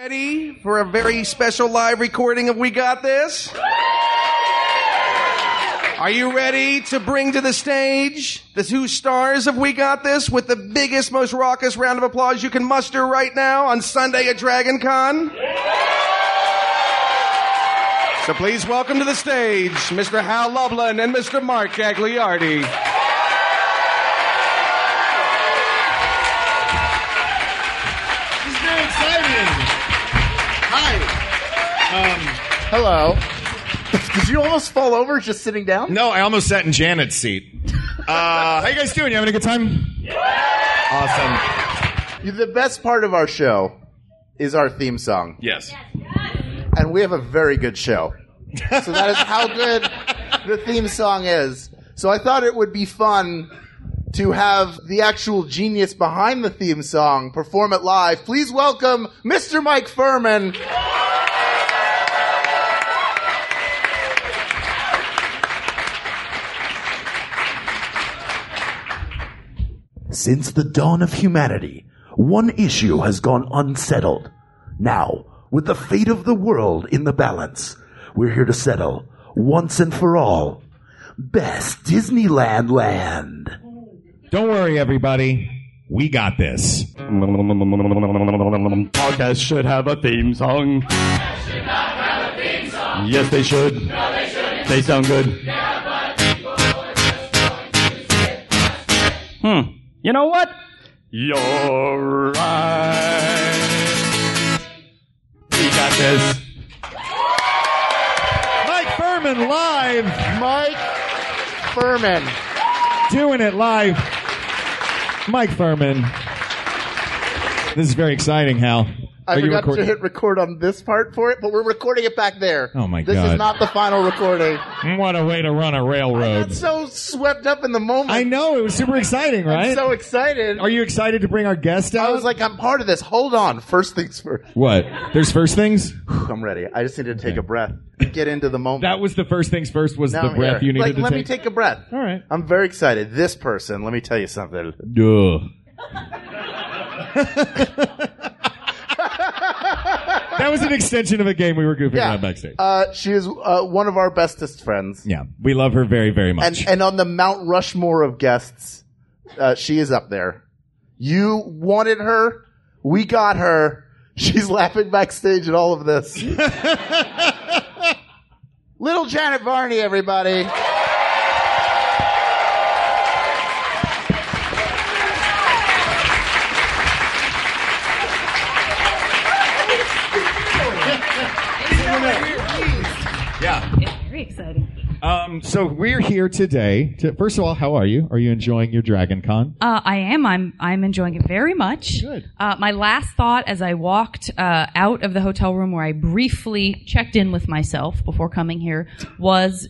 Ready for a very special live recording of We Got This? Are you ready to bring to the stage the two stars of We Got This with the biggest, most raucous round of applause you can muster right now on Sunday at Dragon Con? So please welcome to the stage Mr. Hal Lublin and Mr. Mark Gagliardi. This is very exciting. Hi. Um, hello. Did you almost fall over just sitting down? No, I almost sat in Janet's seat. Uh, how you guys doing? You having a good time? Awesome. The best part of our show is our theme song, Yes. and we have a very good show. So that is how good the theme song is. So I thought it would be fun to have the actual genius behind the theme song perform it live. Please welcome Mr. Mike Furman. Since the dawn of humanity, one issue has gone unsettled. Now, with the fate of the world in the balance, we're here to settle, once and for all, best Disneyland land. Don't worry, everybody. We got this. Podcasts should have a theme song. Yes, they should. No, they shouldn't. They sound good. Hmm. Hmm. You know what? You're right. We got this. Mike Furman live, Mike Furman. doing it live. Mike Furman. This is very exciting, Hal. I Are you forgot to recording? hit record on this part for it, but we're recording it back there. Oh, my this This God. is not the final recording. Mm, What a way to run a I'm railroad. so swept up in the moment. I know it was super exciting, I'm right? so excited. Are you excited to bring our guest out? I was like, I'm part of this. Hold on. First things first. what? There's first things. Whew, I'm ready. I just need to take a breath. and Get into the moment. That was the first things first. Was Now the I'm breath here. you needed like, to let take? me take a breath. All right. I'm very excited. This person, let me tell you something. Duh. that was an extension of a game we were goofing Yeah. around backstage. Uh, she is uh, one of our bestest friends. yeah, we love her very, very much. And, and on the Mount Rushmore of guests, uh, she is up there. You wanted her. We got her. She's laughing backstage at all of this. Little Janet Varney, everybody. Very exciting. um, so we're here today. To, first of all, how are you? Are you enjoying your Dragon Con? Uh, I am. I'm. I'm enjoying it very much. Good. Uh, my last thought as I walked uh, out of the hotel room where I briefly checked in with myself before coming here was,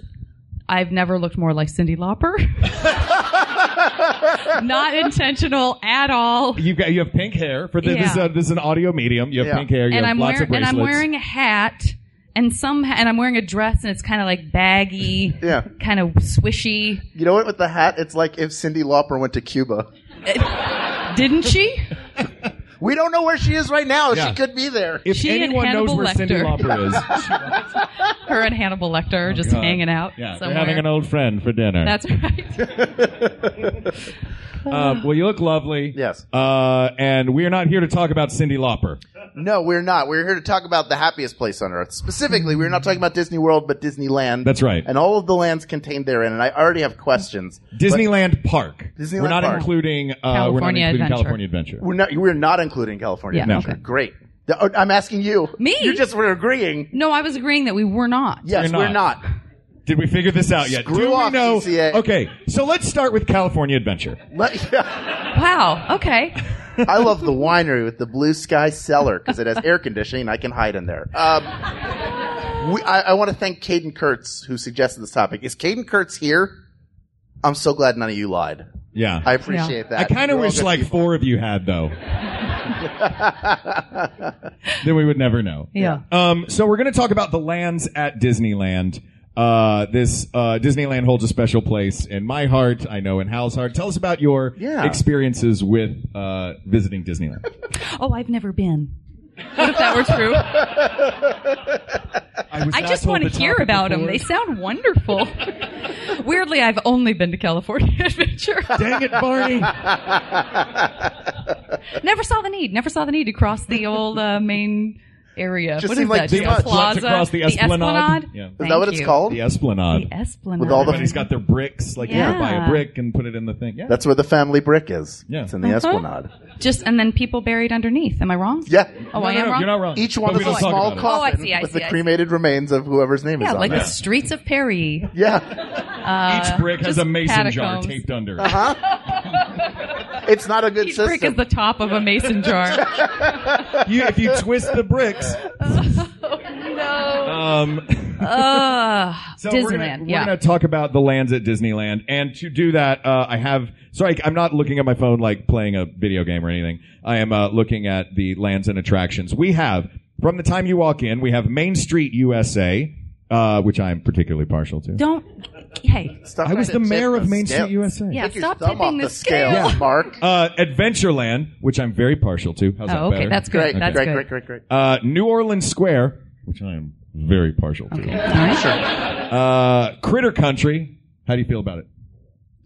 I've never looked more like Cindy Lauper. Not intentional at all. You've got you have pink hair. For the, this, is Yeah. a, this is an audio medium. You have Yeah. pink hair. You and have I'm lots wearing. of bracelets. And I'm wearing a hat. And some. And I'm wearing a dress, and it's kind of like baggy. Yeah. Kind of swishy. You know what? With the hat, it's like if Cindy Lauper went to Cuba. Didn't she? We don't know where she is right now. Yeah. She could be there. If She and anyone knows Hannibal where Cindy Lecter. Lauper is, Her and Hannibal Lecter are just Oh, God. hanging out. yeah, they're somewhere. having an old friend for dinner. That's right. Uh, well, you look lovely. Yes. Uh, and we are not here to talk about Cindy Lauper. No, we're not. We're here to talk about the happiest place on earth. Specifically, we're not talking about Disney World, but Disneyland. That's right. And all of the lands contained therein. And I already have questions. Disneyland Park. Disneyland we're not Park. including uh, we're not California including Adventure. California Adventure. We're not. We're not including California. Yeah, Adventure. okay. Great. The- oh, I'm asking you. Me? You just were agreeing. No, I was agreeing that we were not. Yes, We're we're not. not. Did we figure this out yet? Screw Do off, we know? CCA. Okay, so let's start with California Adventure. Let- yeah. Wow. Okay. I love the winery with the blue sky cellar because it has air conditioning. I can hide in there. Um, we, I, I want to thank Caden Kurtz who suggested this topic. Is Caden Kurtz here? I'm so glad none of you lied. Yeah, I appreciate that. I kind of You're all wish good like people. four of you had though. then we would never know. Yeah. Um, so we're going to talk about the lands at Disneyland. Uh, this uh, Disneyland holds a special place in my heart. I know in Hal's heart. Tell us about your Yeah. experiences with uh, visiting Disneyland. Oh, I've never been. What if that were true? I, was I not just told want to the hear topic about them. before. They sound wonderful. Weirdly, I've only been to California Adventure. Dang it, Barney! never saw the need. Never saw the need to cross the old uh, main area. Just What seemed is like that? too Just much. a plaza. To cross the Esplanade? Yeah. Is Is Thank that what it's you. called? The Esplanade. The Esplanade. With all the- Everybody's got their bricks. Like you gotta buy Yeah. a brick and put it in the thing. Yeah. That's where the family brick is. Yeah. It's in the Uh-huh. Esplanade. just and then people buried underneath. Am I wrong? Yeah. Oh, I No, am no, wrong. You're not wrong. Each one But is we a don't talk small about it. Oh, I coffin see, I with see, the I see. cremated remains of whoever's name Yeah, is on like it. the streets of Perry. uh, Yeah. Each brick has just a mason jar catacombs. taped under. it. Uh-huh. It's not a good Each system. brick is the top of a mason jar. You, if you twist the bricks, no. um, Uh, so Disneyland. We're gonna, we're yeah. gonna talk about the lands at Disneyland, and to do that, uh, I have. Sorry, I'm not looking at my phone like playing a video game or anything. I am uh, looking at the lands and attractions we have. From the time you walk in, we have Main Street USA, uh, which I am particularly partial to. Don't. Hey. Stop I was trying the to tip mayor of the Main Street scale. USA. Yeah. Take your Stop thumb off tipping the the scale, scale. Yeah. Mark. Uh, Adventureland, which I'm very partial to. How's that Oh, okay. better? That's good. Great, That's great, good. great, great, great. Uh, New Orleans Square, which I am very partial to. Uh, Critter Country. How do you feel about it?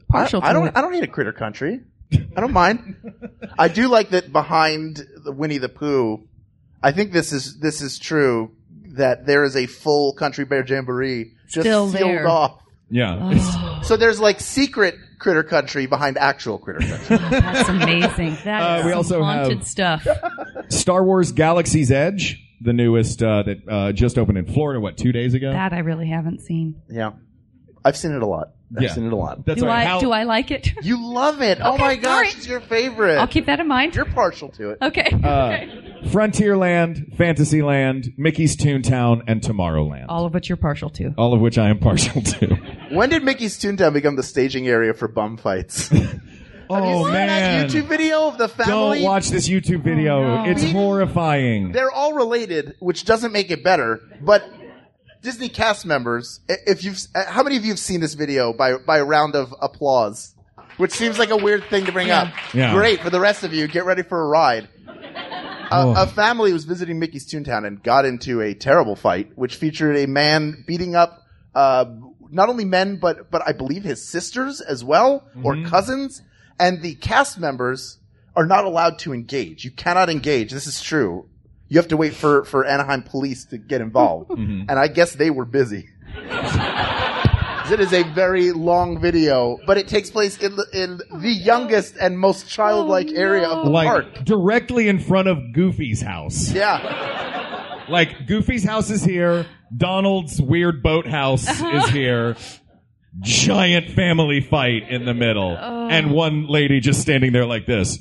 Partial I, I to don't. it. I don't hate a critter country. I don't mind. I do like that behind the Winnie the Pooh. I think this is this is true that there is a full country bear jamboree just Still sealed there. off. Yeah. It's- Oh. So there's like secret critter country behind actual critter country. That's amazing. That Uh, is we some also haunted have- stuff. Star Wars Galaxy's Edge, the newest uh, that uh, just opened in Florida, what, two days ago? That I really haven't seen. yeah, I've seen it a lot. I've Yeah. seen it a lot. That's Do all I? right. How- do I like it? You love it. oh Okay, my gosh, sorry. it's your favorite. I'll keep that in mind. You're partial to it. Okay. uh, okay. Frontierland, Fantasyland, Mickey's Toontown, and Tomorrowland. All of which you're partial to. All of which I am partial to. When did Mickey's Toontown become the staging area for bum fights? Have you oh seen man! that YouTube video of the family. Don't watch this YouTube video. Oh, no. It's Beating- horrifying. they're all related, which doesn't make it better. But Disney cast members, i- if you've, uh, how many of you have seen this video by by a round of applause? Which seems like a weird thing to bring up. Yeah. Great for the rest of you. Get ready for a ride. Oh. A, a family was visiting Mickey's Toontown and got into a terrible fight, which featured a man beating up uh, not only men but but I believe his sisters as well or cousins, and the cast members are not allowed to engage. You cannot engage. This is true. You have to wait for for Anaheim police to get involved, and I guess they were busy. It is a very long video, but it takes place in the, in the youngest and most childlike area of the like park. directly in front of Goofy's house. Yeah. Like Goofy's house is here. Donald's weird boathouse Uh-huh. is here. Giant family fight in the middle, Uh. and one lady just standing there like this.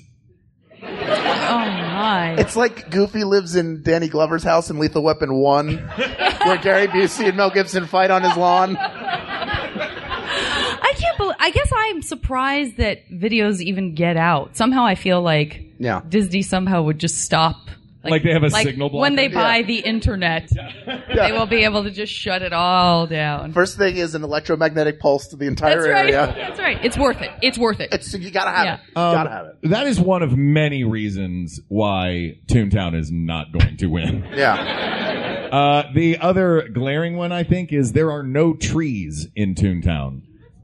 Oh my. It's like Goofy lives in Danny Glover's house in Lethal Weapon 1, where Gary Busey and Mel Gibson fight on his lawn. I can't believe. I guess I'm surprised that videos even get out. Somehow I feel like Yeah. Disney somehow would just stop. Like they have a signal blocker? When they buy Yeah. the internet, they will be able to just shut it all down. First thing is an electromagnetic pulse to the entire That's right. area. That's right. It's worth it. It's worth it. It's, you gotta have Yeah. it. You Um, gotta have it. That is one of many reasons why Toontown is not going to win. Yeah. Uh, the other glaring one, I think, is there are no trees in Toontown.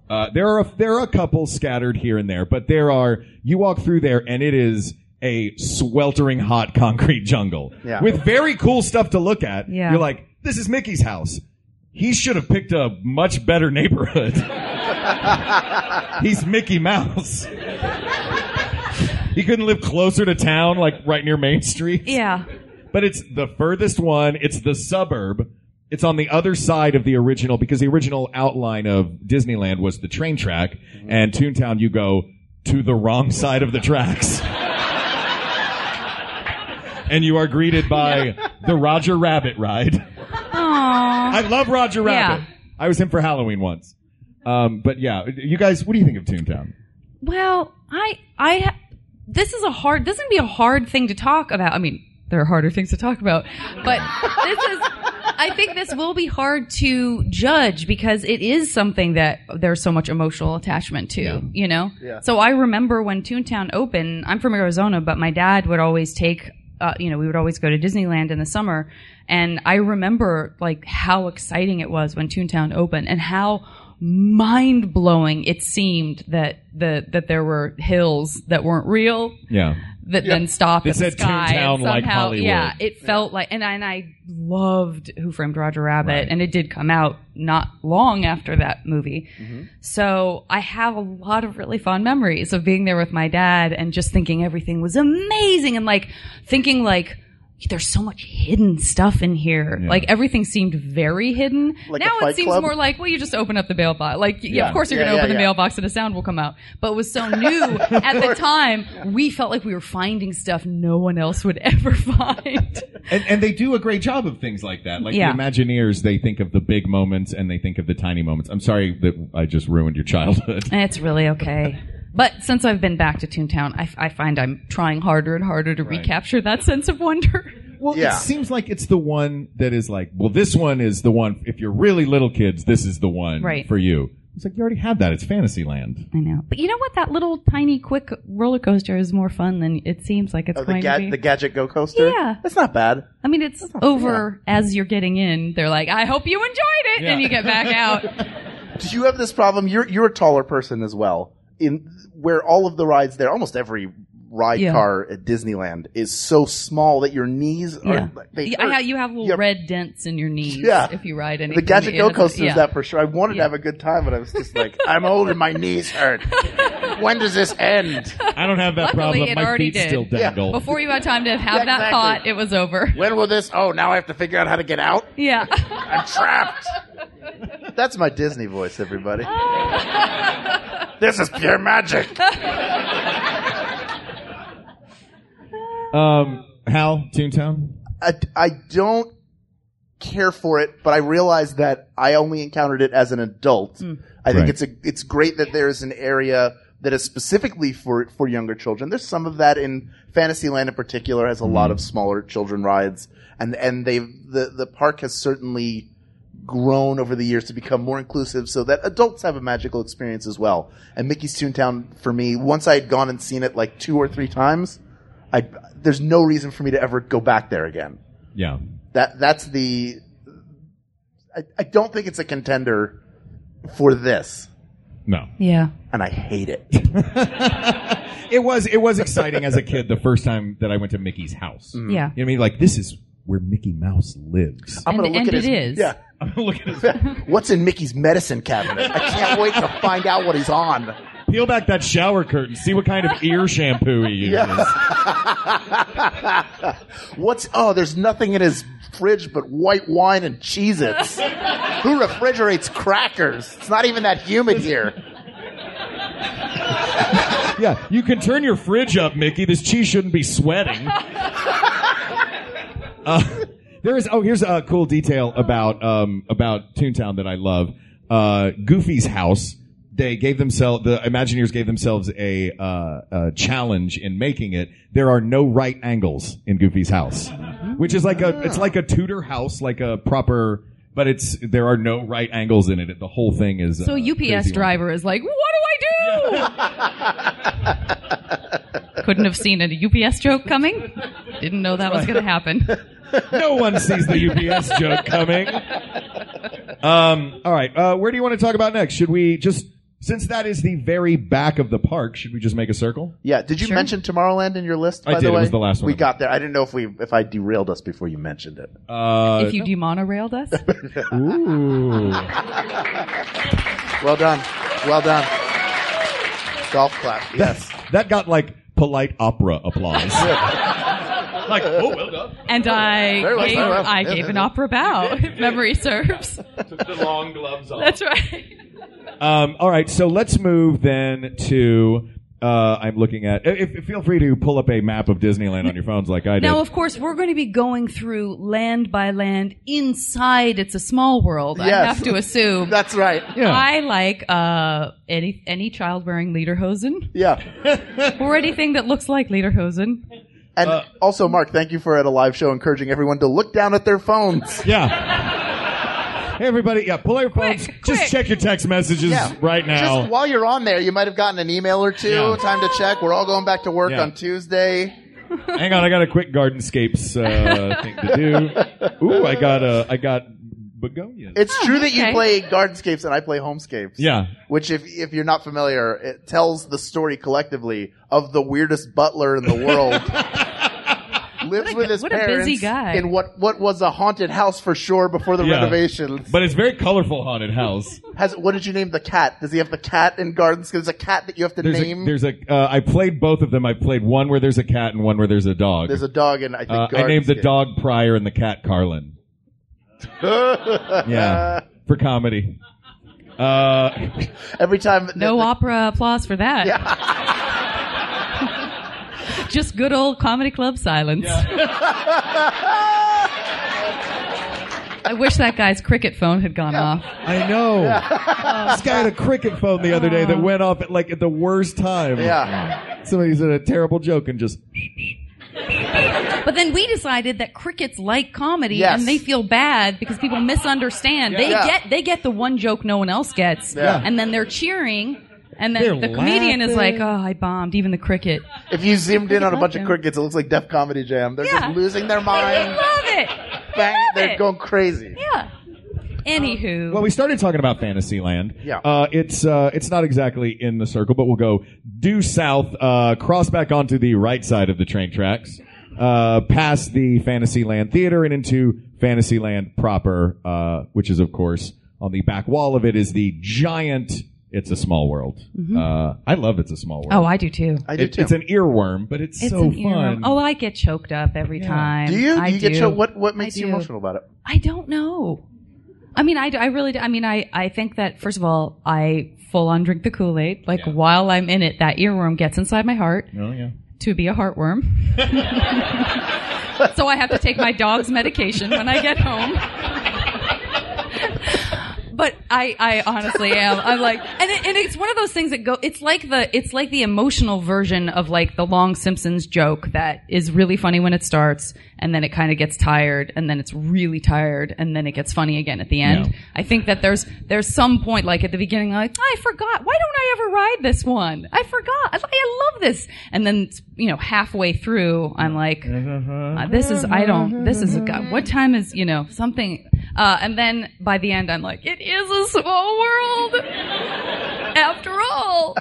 Uh, there are a, there are a couple scattered here and there, but there are. You walk through there, and it is a sweltering hot concrete jungle Yeah. with very cool stuff to look at. Yeah. You're like, this is Mickey's house. He should have picked a much better neighborhood. He's Mickey Mouse. he couldn't live closer to town, like right near Main Street yeah. but it's the furthest one. It's the suburb. It's on the other side of the original because the original outline of Disneyland was the train track, and Toontown you go to the wrong side of the tracks. And you are greeted by the Roger Rabbit ride. Aww. I love Roger Rabbit. I was him for Halloween once. Um, but yeah, you guys, what do you think of Toontown? Well, I, I, ha- this is a hard, this is gonna be a hard thing to talk about. I mean, there are harder things to talk about, but this is, I think this will be hard to judge because it is something that there's so much emotional attachment to, you know? So I remember when Toontown opened, I'm from Arizona, but my dad would always take uh, you know, we would always go to Disneyland in the summer, and I remember like how exciting it was when Toontown opened, and how mind blowing it seemed that the that there were hills that weren't real Yeah. that then stopped They at the said sky and Toontown like somehow- Hollywood. Yeah, it felt like, and I, and I loved Who Framed Roger Rabbit, and it did come out not long after that movie. Mm-hmm. So I have a lot of really fond memories of being there with my dad and just thinking everything was amazing and like thinking like. There's so much hidden stuff in here. Like everything seemed very hidden. Like a now it Fight seems Club? more like, well, you just open up the bail box. Like, yeah, Yeah. of course you're Yeah, going to yeah, open the yeah. bail box and a sound will come out. But it was so new at the time, we felt like we were finding stuff no one else would ever find. And, and they do a great job of things like that. Like Yeah. the Imagineers, they think of the big moments and they think of the tiny moments. I'm sorry that I just ruined your childhood. and it's really okay. But since I've been back to Toontown, I, I find I'm trying harder and harder to recapture that sense of wonder. Well, Yeah. it seems like it's the one that is like, well, this one is the one. If you're really little kids, this is the one Right. for you. It's like you already have that. It's Fantasyland. I know. But you know what? That little tiny quick roller coaster is more fun than it seems like it's Oh, the, going to ga- be. the gadget go coaster. Yeah. that's not bad. I mean, it's over as you're getting in. They're like, I hope you enjoyed it. Yeah. And you get back out. Do you have this problem? You're you're a taller person as well. In where all of the rides there, almost every ride Yeah. car at Disneyland is so small that your knees are Yeah. like, they Yeah, hurt. I- you have little Yeah. red dents in your knees Yeah. if you ride anything. the gadget that go has a- coaster yeah. is that for sure. I wanted Yeah. to have a good time, but I was just like, I'm old and my knees hurt. when does this end? I don't have that Luckily, problem. it My already feet did. still Yeah. dangle. Before you had time to have Yeah, that exactly. thought, it was over. When will this? Oh, now I have to figure out how to get out. Yeah. I'm trapped. That's my Disney voice, everybody. this is pure magic. Um, Hal Toontown. I, I don't care for it, but I realize that I only encountered it as an adult. I think Right. it's a it's great that there is an area that is specifically for for younger children. There's some of that in Fantasyland in particular has a lot of smaller children rides, and and they the the park has certainly grown over the years to become more inclusive so that adults have a magical experience as well. And Mickey's Toontown for me, once I had gone and seen it like two or three times, I there's no reason for me to ever go back there again. Yeah. That that's the. I, I don't think it's a contender for this, No. Yeah. and I hate it. It was it was exciting as a kid the first time that I went to Mickey's house. Hmm. Yeah. You know what I mean? Like this is where Mickey Mouse lives. I'm And- gonna look and at his, it is. Yeah. Look at this. What's in Mickey's medicine cabinet? I can't wait to find out what he's on. Peel back that shower curtain. See what kind of ear shampoo he uses. What's oh? There's nothing in his fridge but white wine and Cheez-Its. Who refrigerates crackers? It's not even that humid here. Yeah, you can turn your fridge up, Mickey. This cheese shouldn't be sweating. Uh, there is. Oh, here's a cool detail about um, about Toontown that I love. Uh, Goofy's house. They gave themselves the Imagineers gave themselves a, uh, a challenge in making it. There are no right angles in Goofy's house, which is like a it's like a Tudor house, like a proper. But it's there are no right angles in it. The whole thing is So uh, UPS crazy. driver is like, what do I do? Couldn't have seen a UPS joke coming. Didn't know that was going to happen. No one sees the UPS joke coming. Um, all right. Uh, where do you want to talk about next? Should we just, since that is the very back of the park, should we just make a circle? Yeah. Did you mention Tomorrowland in your list? By I did. The It way? was the last one. We got there. I didn't know if we if I derailed us before you mentioned it. Uh, if you demonorailed us. ooh. Well done. Well done. Golf clap. Yes. That got like polite opera applause. like, oh, well done. And I Very well, gave, very well. I Yeah, gave yeah, an yeah. opera bow, if memory serves. Took the long gloves off. That's right. Um, all right, so let's move then to. Uh, I'm looking at. If, if- feel free to pull up a map of Disneyland on your phones, like I did. Now, of course, we're going to be going through land by land inside It's a Small World, I Yes. have to assume. That's right. Yeah. I like uh, any any child wearing lederhosen Yeah. or anything that looks like lederhosen. And Uh, also, Mark, thank you for at a live show encouraging everyone to look down at their phones. Yeah. Hey everybody, yeah, pull out your phones. Quick, Just quick. check your text messages right now. Just while you're on there, you might have gotten an email or two. Yeah. Time to check. We're all going back to work Yeah. on Tuesday. Hang on, I got a quick gardenscapes uh, thing to do. Ooh, I got uh, I got begonias. It's true that you okay. play Gardenscapes and I play Homescapes. yeah, Which, if, if you're not familiar, it tells the story collectively of the weirdest butler in the world. Lives What a with gu- his what a parents busy guy. in what, what was a haunted house for sure before the Yeah. renovations. but it's very colorful haunted house. Has what did you name the cat? Does he have the cat in Gardenscapes? There's a cat that you have to There's name. a, there's a uh, I played both of them. I played one where there's a cat and one where there's a dog. There's a dog in I think uh, I Gardenscapes. named the dog Pryor and the cat Carlin. yeah, for comedy. Uh, Every time that No the- opera applause for that. Just good old comedy club silence. I wish that guy's cricket phone had gone off. I know. this guy had a cricket phone the other day that went off at like at the worst time. Yeah. Somebody said a terrible joke and just But then we decided that crickets like comedy Yes. and they feel bad because people misunderstand. They Yeah. get they get the one joke no one else gets. Yeah. And then they're cheering and then They're the comedian is like, laughing. "Oh, I bombed even the cricket." If you zoomed in on a about bunch of them? crickets, it looks like Def Comedy Jam. They're Yeah. just losing their I mind. love it. Bang, love they're it. going crazy. Yeah. Anywho, well, we started talking about Fantasyland. Yeah. uh, it's uh, it's not exactly in the circle, but we'll go due south, uh, cross back onto the right side of the train tracks, uh, past the Fantasyland Theater, and into Fantasyland proper, uh, which is of course on the back wall of it is the giant. It's a small world. Uh, I love it's a small world. Mm-hmm. Oh, I do too. I do It- too. It's an earworm, but it's, It's so an fun. earworm. Oh, I get choked up every time. do you? Do I you get do. your, what? What makes I you do. emotional about it? I don't know. I mean, I, do- I really do. I mean, I, I think that, first of all, I full on drink the Kool Aid. Like, while I'm in it, that earworm gets inside my heart Oh, yeah. to be a heartworm. so I have to take my dog's medication when I get home. But I, I honestly am. I'm like, and, it, and it's one of those things that go. It's like the, it's like the emotional version of like the long Simpsons joke that is really funny when it starts, and then it kind of gets tired, and then it's really tired, and then it gets funny again at the end. Yeah. I think that there's there's some point like at the beginning, like I forgot. Why don't I ever ride this one? I forgot. I, I love this. And then you know, halfway through, I'm like, uh, this is I don't. This is God. What time is you know something? Uh, and then by the end, I'm like, it is a small world after all.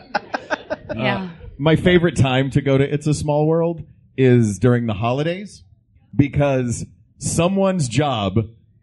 yeah. my favorite time to go to It's a Small World is during the holidays because someone's job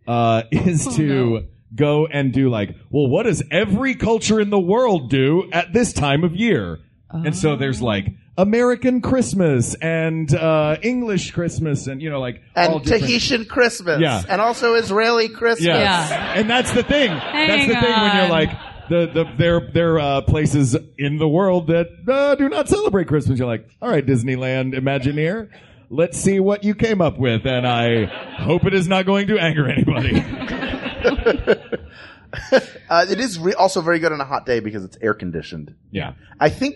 uh, is to no. go and do like, well, what does every culture in the world do at this time of year? And so there's like American Christmas and uh, English Christmas and you know like all And different- Tahitian Christmas, Yeah. and also Israeli Christmas. Yeah. Yeah. And that's the thing. that's Hang the thing when you're on. like the the there there are uh, places in the world that uh, do not celebrate Christmas. You're like, all right, Disneyland Imagineer, let's see what you came up with, and I hope it is not going to anger anybody. Uh, it is re- also very good on a hot day because it's air conditioned. yeah. I think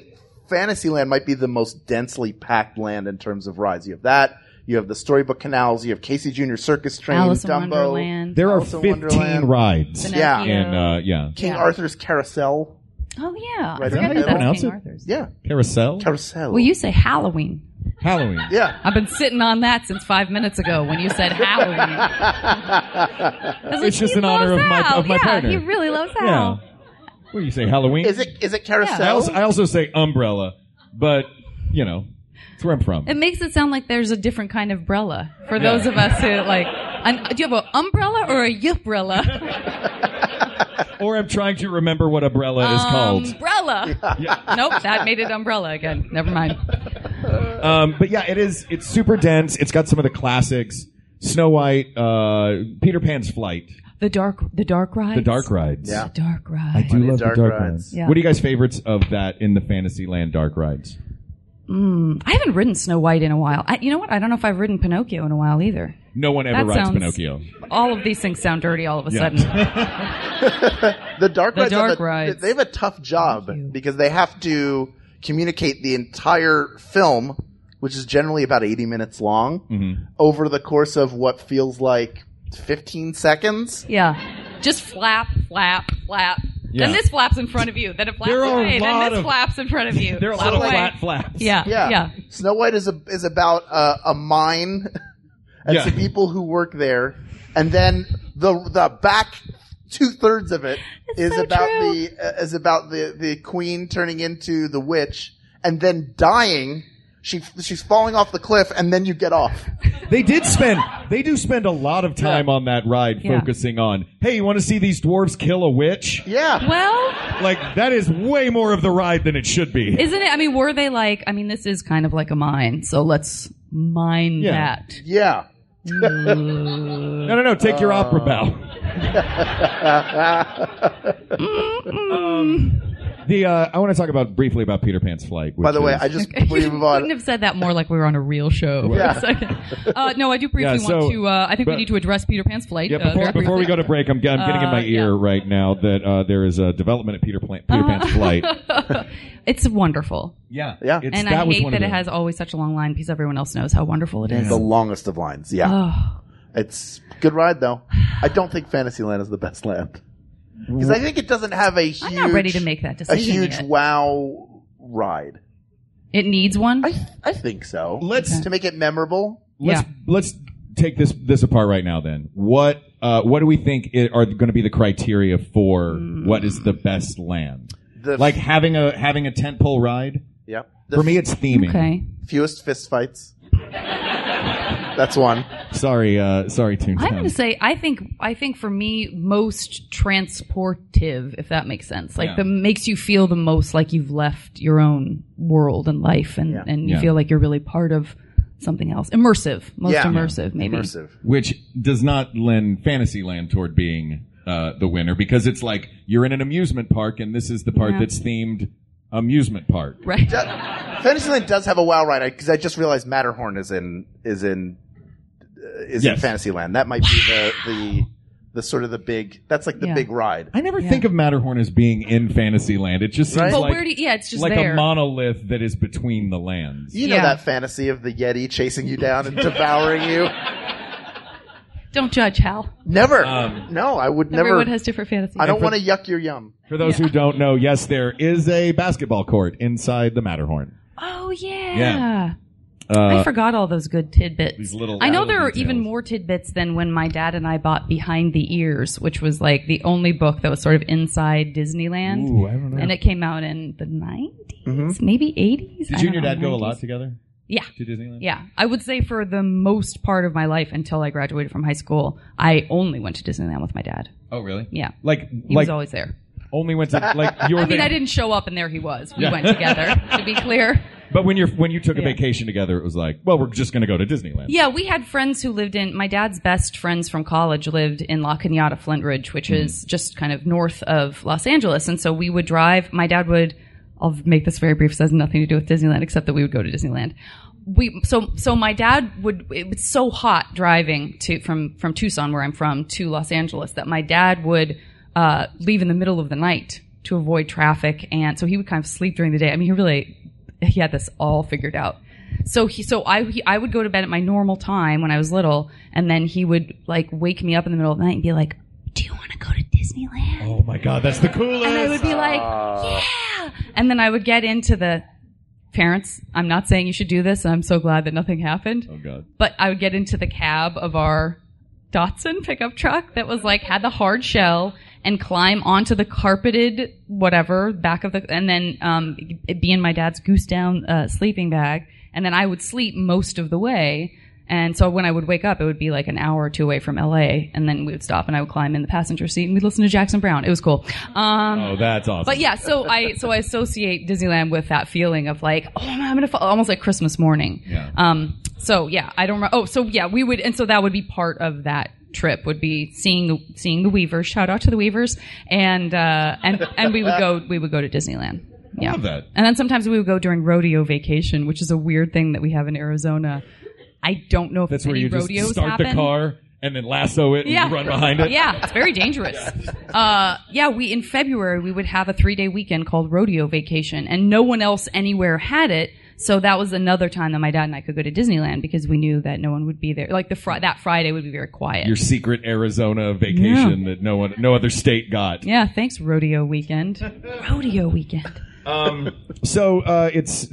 Fantasyland might be the most densely packed land in terms of rides. You have that. You have the Storybook Canals. You have Casey Jr. Circus Train, Alice in Dumbo, Wonderland. There are Alice in 15 Wonderland. rides. Pinocchio. yeah. And uh, yeah, King Yeah. Arthur's Carousel. Oh yeah. Right I in forgot the middle. about that King Pronounce it? Arthur's. Yeah, carousel, Carousel. Well, you say Halloween. Halloween. yeah. I've been sitting on that since five minutes ago when you said Halloween. I was like, It's just he in honor loves of my- Hal. of my yeah, partner. He really loves Hal. Yeah. Well, you say Halloween. Is it is it I carousel? also, I also say umbrella, but you know, it's where I'm from. It makes it sound like there's a different kind of umbrella for Yeah. those of us who like. An, do you have an umbrella or a umbrella? Or I'm trying to remember what umbrella Um, is called. Umbrella. Nope, that made it umbrella again. Never mind. Um, but yeah, it is. It's super dense. It's got some of the classics: Snow White, uh, Peter Pan's Flight, The dark, the dark ride. the Dark Rides. Yeah. The dark ride. I do of love dark the Dark rides. Rides. Yeah. What are you guys' favorites of that in the Fantasyland Dark Rides? I haven't ridden Snow White in a while. I, you know what? I don't know if I've ridden Pinocchio in a while either. No one ever That rides sounds- Pinocchio. All of these things sound dirty all of a sudden. the dark The rides. dark have a, rides. They have a tough job because they have to communicate the entire film, which is generally about eighty minutes long, over the course of what feels like fifteen seconds. yeah. Just flap, flap, flap. Yeah. Then this flaps in front of you. Then it flaps There are a away. lot Then this of- flaps in front of you. There are a lot Flap of away. flat flaps. Yeah, yeah. Yeah. Snow White is a, is about uh, a mine and Yeah. some people who work there, and then the the back two thirds of it is so about true. the uh, is about the the queen turning into the witch and then dying. She she's falling off the cliff, and then you get off. They did spend. They do spend a lot of time on that ride, Yeah. focusing on, "Hey, you want to see these dwarves kill a witch?" Yeah. Well, Like that is way more of the ride than it should be. isn't it? I mean, were they like? I mean, this is kind of like a mine. So let's mine Yeah. that. Yeah. no, no, no. Take Uh. your opera bow. Um, the uh, I want to talk about briefly about Peter Pan's flight. By the way, I just before you Mm. you move on. couldn't have said that more like we were on a real show. for Yeah. a second. Uh, no, I do briefly Yeah, so- want to. Uh, I think but- we need to address Peter Pan's flight. Yeah, uh, before, very before we briefly. go to break, I'm, I'm getting in Uh, my ear yeah. right now that uh, there is a development at Peter, Plan- Peter Pan's flight. it's wonderful, Yeah, Yeah. It's- Uh. and that I was hate one of that it the- has always such a long line because everyone else knows how wonderful it is. The longest of lines. Yeah. Oh. It's good ride though. I don't think Fantasyland is the best land because I think it doesn't have a huge. I'm not ready to make that a decision huge yet. wow ride. It needs one. I th- I think so. Let's- to make it memorable. Let's Yeah. let's take this this apart right now. Then what uh, what do we think i are going to be the criteria for Hmm. what is the best land? The Like having a having a tent pole ride. yep. The For me, it's theming. okay. fewest fist fights. That's one. Sorry, uh, sorry, I'm going to Toontown. say I think I think for me most transportive, if that makes sense, like Yeah. the makes you feel the most like you've left your own world and life, and Yeah. and you Yeah. feel like you're really part of something else. Immersive, most Yeah. immersive, maybe. Immersive. Which does not lend Fantasyland toward being uh, the winner because it's like you're in an amusement park and this is the part Yeah. that's themed amusement park. Right. Do- Fantasyland does have a wow ride because I just realized Matterhorn is in is in uh, is in Yes. Fantasyland. That might be the the the sort of the big. That's like the Yeah. big ride. I never think of Matterhorn as being in Fantasyland. It just seems Right. But like, where do you, yeah, it's just like there. a monolith that is between the lands. You know Yeah. that fantasy of the Yeti chasing you down and devouring you. Don't judge Hal. Never. Um, no, I would never. Everyone has different fantasies. I don't want to yuck your yum. For those who don't know, yes, there is a basketball court inside the Matterhorn. Oh yeah. Yeah. I Uh, forgot all those good tidbits. These little- I know little there are details. even more tidbits than when my dad and I bought Behind the Ears, which was like the only book that was sort of inside Disneyland. Ooh, I don't know. And it came out in the 90s, maybe 80s. I Mm-hmm. Did you and don't your know, dad go a 90s. lot together Yeah. to Disneyland? Yeah. I would say for the most part of my life until I graduated from high school, I only went to Disneyland with my dad. Oh, really? Yeah. Like, He like was always there. only went to like your. I mean, vac- I didn't show up and there he was. We Yeah. went together, to be clear. But when you're when you took a Yeah. vacation together, it was like, well, we're just going to go to Disneyland. Yeah, we had friends who lived in. My dad's best friends from college lived in La Cañada, Flint Ridge, which Mm-hmm. is just kind of north of Los Angeles. And so we would drive. My dad would. I'll make this very brief. This has nothing to do with Disneyland, except that we would go to Disneyland. We so so my dad would. It was so hot driving to from from Tucson, where I'm from, to Los Angeles that my dad would uh, leave in the middle of the night to avoid traffic, and so he would kind of sleep during the day. I mean, he really he had this all figured out. So he, so I, he, I would go to bed at my normal time when I was little, and then he would like wake me up in the middle of the night and be like, "Do you want to go to Disneyland?" Oh my God, that's the coolest. And I would be like, "Yeah," and then I would get into the parents. I'm not saying you should do this, and I'm so glad that nothing happened oh God. but I would get into the cab of our Datsun pickup truck that was like had the hard shell and climb onto the carpeted whatever back of the and then um, it'd be in my dad's goose down uh, sleeping bag and then I would sleep most of the way and so when I would wake up it would be like an hour or two away from LA and then we would stop and I would climb in the passenger seat and we'd listen to Jackson Brown it was cool um, Oh, that's awesome. but yeah, so I so I associate Disneyland with that feeling of like, oh, I'm gonna fall, almost like Christmas morning. Yeah. Um. So yeah, I don't. re- Oh, so yeah, we would, and so that would be part of that trip would be seeing the seeing the Weavers. Shout out to the Weavers, and uh, and and we would go we would go to Disneyland. Yeah. love that. And then sometimes we would go during rodeo vacation, which is a weird thing that we have in Arizona. I don't know if That's where any you just rodeos start happen. the car and then lasso it and Yeah. run behind it. Yeah, it's very dangerous. Uh, yeah, we in February we would have a three day weekend called Rodeo Vacation, and no one else anywhere had it. So that was another time that my dad and I could go to Disneyland because we knew that no one would be there. Like the fr- that Friday would be very quiet. Your secret Arizona vacation that no one, no other state got. yeah, thanks rodeo weekend. rodeo weekend. Um, so uh, it's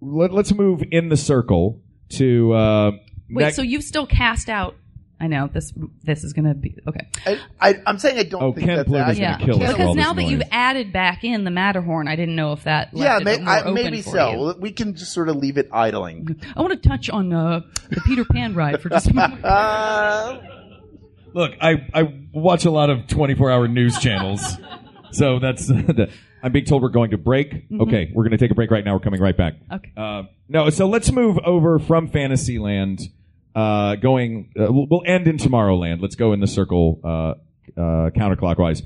let, us move in the circle to uh, Wait, next- so you've still cast out? I know this. This is gonna be okay I, I, I'm saying I don't Oh, think Ken that's Plug is accurate. Yeah. gonna kill us. with all because now this that you've noise. added back in the Matterhorn, I didn't know if that left Yeah, it may, more I, open maybe for so. you. Well, We can just sort of leave it idling. I want to touch on uh, the Peter Pan ride for just a moment. Uh, Look, I, I watch a lot of 24 hour news channels. so that's. the, I'm being told we're going to break. Okay, we're going to take a break right now. We're coming right back. Mm-hmm. Okay. Uh, no, so let's move over from Fantasyland. Uh, going, uh, we'll, we'll end in Tomorrowland. Let's go in the circle uh, uh, counterclockwise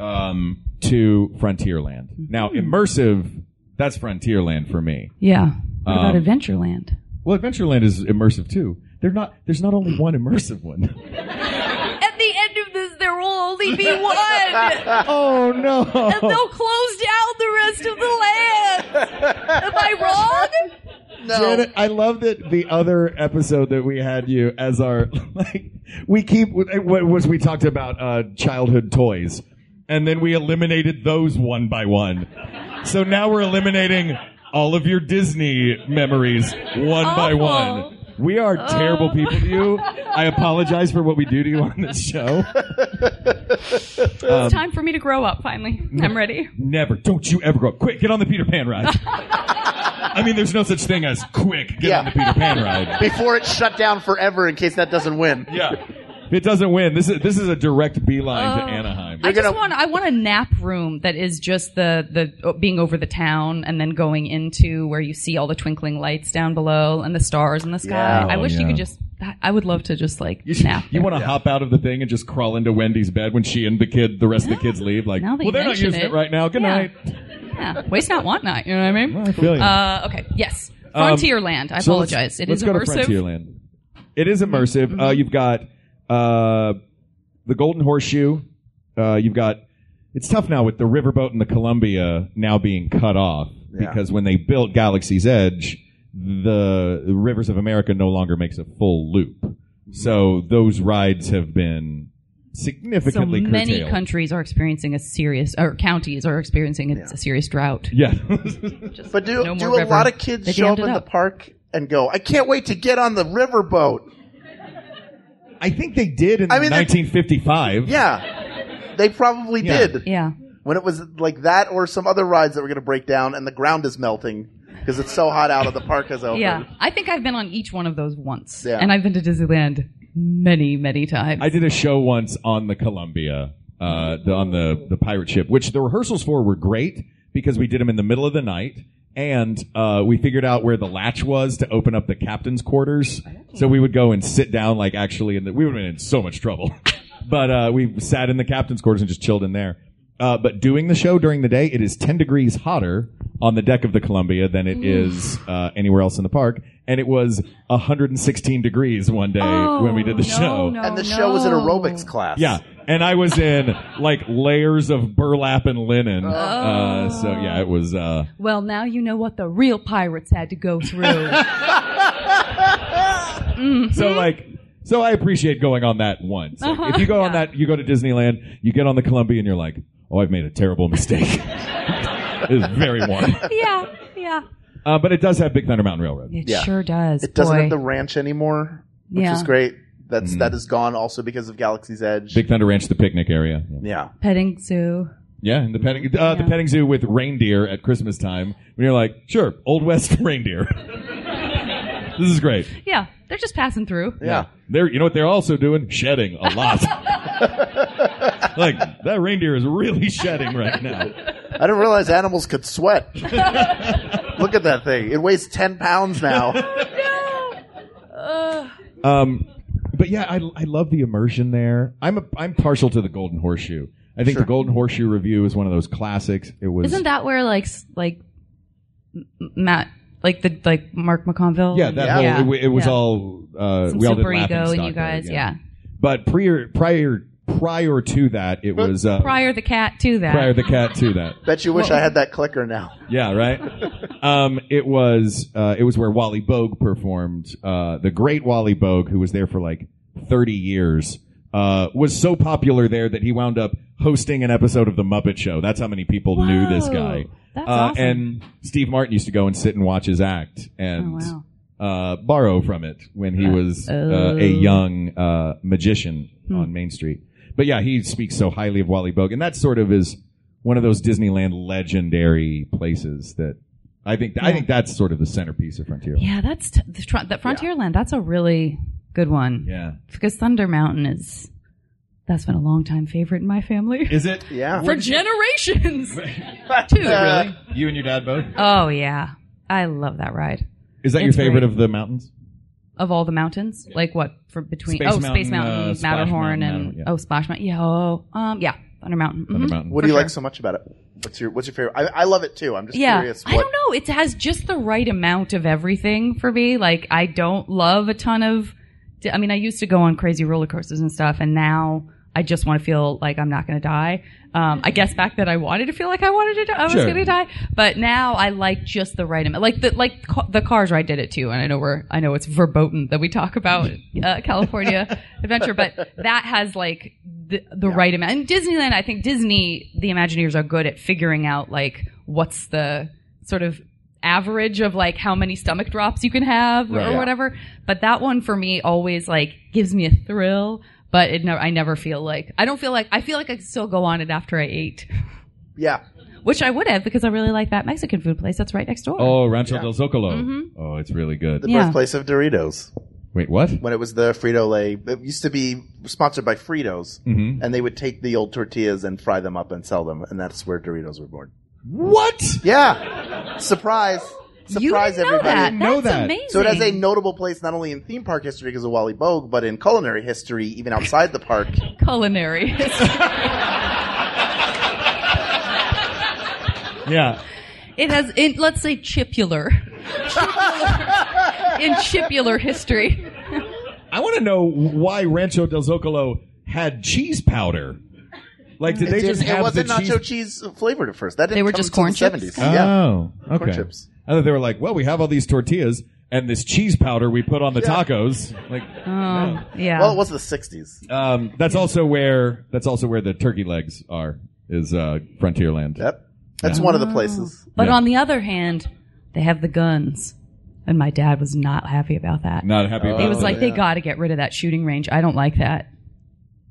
um, to Frontierland. Mm-hmm. Now, immersive. That's Frontierland for me. Yeah. What about Um, Adventureland? Well, Adventureland is immersive too. They're not. There's not only one immersive one. At the end of this, there will only be one, and oh no! they'll close down the rest of the land. Am I wrong? Janet, I love that the other episode that we had you as our like we keep what was we talked about uh, childhood toys, and then we eliminated those one by one. So now we're eliminating all of your Disney memories one by Awful. one. We are terrible people to you. I apologize for what we do to you on this show. Um, It's time for me to grow up. Finally, I'm ready. Never. Don't you ever grow up. Quick, get on the Peter Pan ride. I mean, there's no such thing as quick, get Yeah. on the Peter Pan ride. before it's shut down forever in case that doesn't win. Yeah. If it doesn't win, this is this is a direct beeline Oh. to Anaheim. I just gonna- want I want a nap room that is just the the uh, being over the town and then going into where you see all the twinkling lights down below and the stars in the sky. Yeah. I wish you yeah. could just I- I would love to just like You, should- nap. you want to hop out of the thing and just crawl into Wendy's bed when she and the kid, the rest of the kids leave. Like, Now that well, you they're not mention using it, it. right now. Good Yeah. night. yeah. Waste not want not, you know what I mean? Well, I feel you. Uh okay. Yes. Um, Frontierland. I So let's- apologize. It let's is go immersive. To Frontierland. It is immersive. Uh, you've got uh, the Golden Horseshoe. Uh, you've got. It's tough now with the riverboat and the Columbia now being cut off because when they built Galaxy's Edge, the Rivers of America no longer makes a full loop. Mm-hmm. So those rides have been So significantly many curtailed. countries are experiencing a serious or counties are experiencing a, a serious drought. yeah. Just But do, no more do a river. lot of kids They show up dammed it in the park and go, I can't wait to get on the riverboat? I think they did in I mean, they're- 1955. Yeah. They probably Yeah. did. Yeah. When it was like that or some other rides that were going to break down and the ground is melting because it's so hot out of the park is open. Yeah, I think I've been on each one of those once, Yeah. and I've been to Disneyland many, many times. I did a show once on the Columbia, uh, the, on the the pirate ship, which the rehearsals for were great because we did them in the middle of the night, and uh, we figured out where the latch was to open up the captain's quarters. So we would go and sit down, like actually, in the, we would have been in so much trouble, but uh, we sat in the captain's quarters and just chilled in there. Uh, but doing the show during the day, it is 10 degrees hotter on the deck of the Columbia than Mm. it is uh, anywhere else in the park. And it was 116 degrees one day when we did the Oh, show. no, And the show was an no. aerobics class. Yeah. And I was in like layers of burlap and linen. Oh. Uh, so yeah, it was. Uh, Well, now you know what the real pirates had to go through. so like, so I appreciate going on that once. Like, Mm-hmm. Uh-huh. if you go on Yeah. that, you go to Disneyland, you get on the Columbia, and you're like, oh, I've made a terrible mistake. it's very warm. yeah, yeah. Uh, but it does have Big Thunder Mountain Railroad. It Yeah. sure does. It doesn't boy. have the ranch anymore, which yeah. is great. That's that is gone also because of Galaxy's Edge. Mm. Big Thunder Ranch, the picnic area. yeah. Petting zoo. Yeah, and the petting uh, the Yeah. petting zoo with reindeer at Christmas time. When you're like, sure, Old West reindeer. this is great. Yeah, they're just passing through. Yeah. They're you know what they're also doing? Shedding a lot. like that reindeer is really shedding right now. I didn't realize animals could sweat. Look at that thing. It weighs 10 pounds now. Uh, Um, but yeah, I, I love the immersion there. I'm a, I'm partial to the Golden Horseshoe. I think the Golden Horseshoe review is one of those classics. It was Isn't that where like s- like M- M- Matt like the like Mark McConville? yeah that Yeah. whole Yeah. it, wa- it was Yeah. all uh, Some we all did Super laughing Ego and stock you there, guys, yeah. But prior prior prior to that, it was uh, Prior the cat to that. prior the cat to that. Bet you wish I had that clicker now. Yeah, right. um, it was uh, it was where Wally Bogue performed. Uh, the great Wally Bogue, who was there for like thirty years, uh, was so popular there that he wound up hosting an episode of the Muppet Show. That's how many people knew this Whoa, guy. that's uh, awesome. And Steve Martin used to go and sit and watch his act and Oh, uh, borrow from it when he was uh, a Oh. young uh, magician Hmm. on Main Street. But yeah, he speaks so highly of Wally Bogue, and that sort of is one of those Disneyland legendary places that I think I think that's sort of the centerpiece of Frontierland. Yeah, that's t- the, tr- that Frontierland. That's a really good one. Yeah. Because Thunder Mountain is that's been a long time favorite in my family Is it Yeah. for generations. Two. Uh, you and your dad both? Oh yeah, I love that ride. Is that your It's favorite great. of the mountains? Of all the mountains, like what for between? Space oh, Mountain, Space Mountain, uh, Splash Matterhorn, Mountain, and Matterhorn, yeah. oh, Splash Mountain. Yeah, oh, um, yeah, Thunder Mountain. Thunder mhm. Mountain. What do you For like sure. so much about it? What's your What's your favorite? I, I love it too. I'm just Yeah, curious. What, I don't know. It has just the right amount of everything for me. Like I don't love a ton of. I mean, I used to go on crazy roller coasters and stuff, and now I just want to feel like I'm not going to die. Um, I guess back then I wanted to feel like I wanted to. Die, I was Sure. going to die, but now I like just the right amount. Like the like ca- the Cars ride did it too, and I know we're I know it's verboten that we talk about uh, California Adventure, but that has like the, the right amount. And Disneyland, I think Disney, the Imagineers are good at figuring out like what's the sort of average of like how many stomach drops you can have Right. or whatever. But that one for me always like gives me a thrill, but it never, I never feel like I don't feel like I feel like I could still go on it after I ate, Yeah. which I would have because I really like that Mexican food place that's right next door. Oh, Rancho del Zocolo. Oh, it's really good. The Mm-hmm. Yeah. birthplace of Doritos. Wait, what? When it was the Frito Lay, it used to be sponsored by Fritos, Mhm. and they would take the old tortillas and fry them up and sell them, and that's where Doritos were born. What? Yeah. surprise. Surprise, you didn't know everybody. that. didn't know that's that. amazing. So it has a notable place not only in theme park history because of Wally Bogue, but in culinary history, even outside the park. culinary. Yeah. It has, in, let's say, chipular. chipular. In chipular history. I want to know why Rancho del Zocolo had cheese powder. Like, did they it didn't- just it have wasn't the nacho cheese flavored at first. That didn't They were come just until corn the chips? 70s. Yeah. Oh, okay. chips. I thought they were like, well, we have all these tortillas and this cheese powder we put on the tacos. Like, Oh, yeah. Well, it was the 60s. um, that's also where that's also where the turkey legs are. Is uh, Frontierland? Yep. That's one of the places. But Yeah. on the other hand, they have the guns. And my dad was not happy about that. Not Uh, happy. about he was that. like, they got to get rid of that shooting range. I don't like that.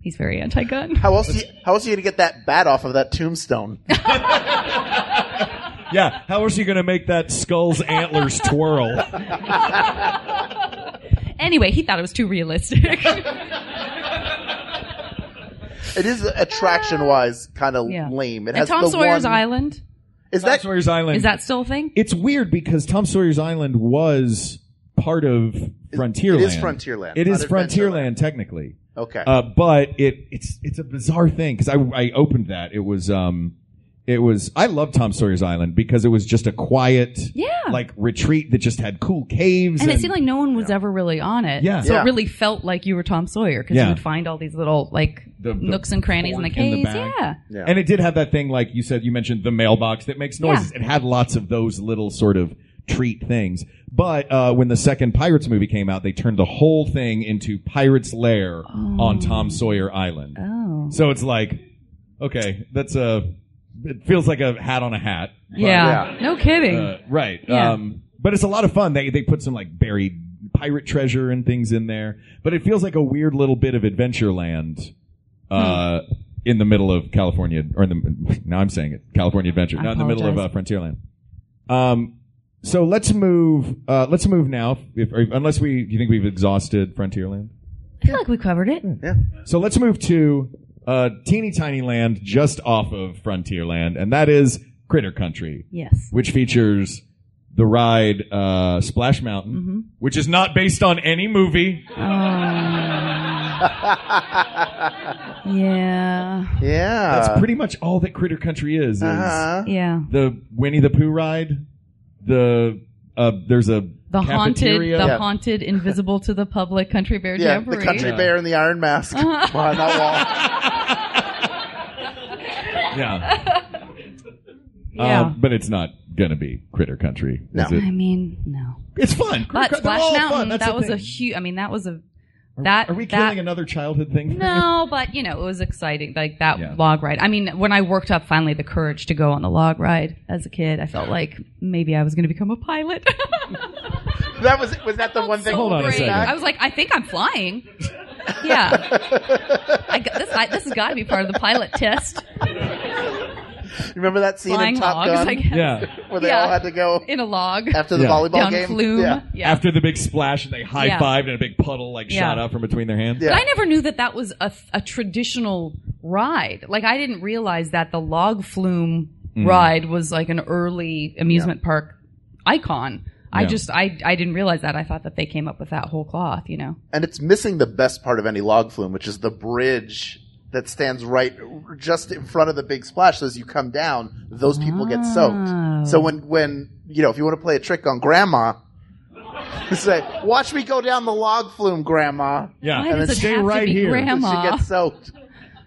He's very anti gun. How else, do you, how else are you going to get that bat off of that tombstone? yeah. How else are you going to make that skull's antlers twirl? Anyway, he thought it was too realistic. It is attraction wise kind of Yeah. lame. It and has Tom the Sawyer's one, Island. Is that Sawyer's Island. Is that still a thing? it's weird because Tom Sawyer's Island was part of Frontierland. it is Frontierland, It is not Frontierland technically. okay? Uh, but it it's it's a bizarre thing because I I opened that it was um it was I love Tom Sawyer's Island because it was just a quiet Yeah. like retreat that just had cool caves And it seemed like no one was ever really on it. Yeah. So Yeah. it really felt like you were Tom Sawyer because Yeah. you would find all these little like The- the nooks and crannies in the fork in the caves. back. yeah. Yeah. and it did have that thing like you said you mentioned the mailbox that makes noises it had lots of those little sort of treat things but uh, when the second Pirates movie came out they turned the whole thing into Pirates Lair on Tom Sawyer Island Oh. so it's like okay that's a it feels like a hat on a hat but- Yeah. No kidding. Uh, right. Yeah. Um, but it's a lot of fun. They they put some like buried pirate treasure and things in there. But it feels like a weird little bit of Adventureland uh, Hmm. in the middle of California, or in the now I'm saying it California Adventure, I not in the middle of uh, apologize. Frontierland. Um, so let's move. Uh, let's move now. If, or unless we, do you think we've exhausted Frontierland? I feel like we covered it. So let's move to uh, teeny tiny land just off of Frontierland, and that is Critter Country Yes. which features the ride uh, Splash Mountain, Mm-hmm. which is not based on any movie. Oh. Yeah. yeah. Uh-huh. That's pretty much all that Critter Country is. is Uh-huh. Yeah. The Winnie the Pooh ride, the uh, there's a The Cafeteria. haunted, the Yeah. haunted, invisible to the public country bear Yeah, jamboree. the country bear in the iron mask behind that wall. Yeah. Yeah. Um, but it's not gonna be Critter Country. No. is it? I mean, no. It's fun. But They're Splash all fun. Mountain, That's that the was a thing. huge. I mean, that was a that. Are we that, killing another childhood thing? No, but you know, it was exciting. Like that Yeah. log ride. I mean, when I worked up finally the courage to go on the log ride as a kid, I felt like maybe I was going to become a pilot. That was was that the one thing? Hold on a Great. second. I was like, I think I'm flying. Yeah. I got, this, I, this has got to be part of the pilot test. Remember that scene Flying in Top logs, Gun I guess. Yeah. where they Yeah. all had to go In a log. after the Yeah. volleyball down game? flume. Yeah. Yeah. After the big splash, and they high fived, and a big puddle like Yeah. shot out from between their hands. Yeah. But I never knew that that was a, a traditional ride. Like I didn't realize that the log flume Mm. ride was like an early amusement park icon. I Yeah. just I I didn't realize that. I thought that they came up with that whole cloth. You know. and it's missing the best part of any log flume, which is the bridge that stands right just in front of the big splash. So as you come down, those people get Oh. soaked. So when when you know if you want to play a trick on Grandma, say, "Watch me go down the log flume, Grandma," Yeah. Why And does it's it stay have to right be here. and Grandma? she gets soaked.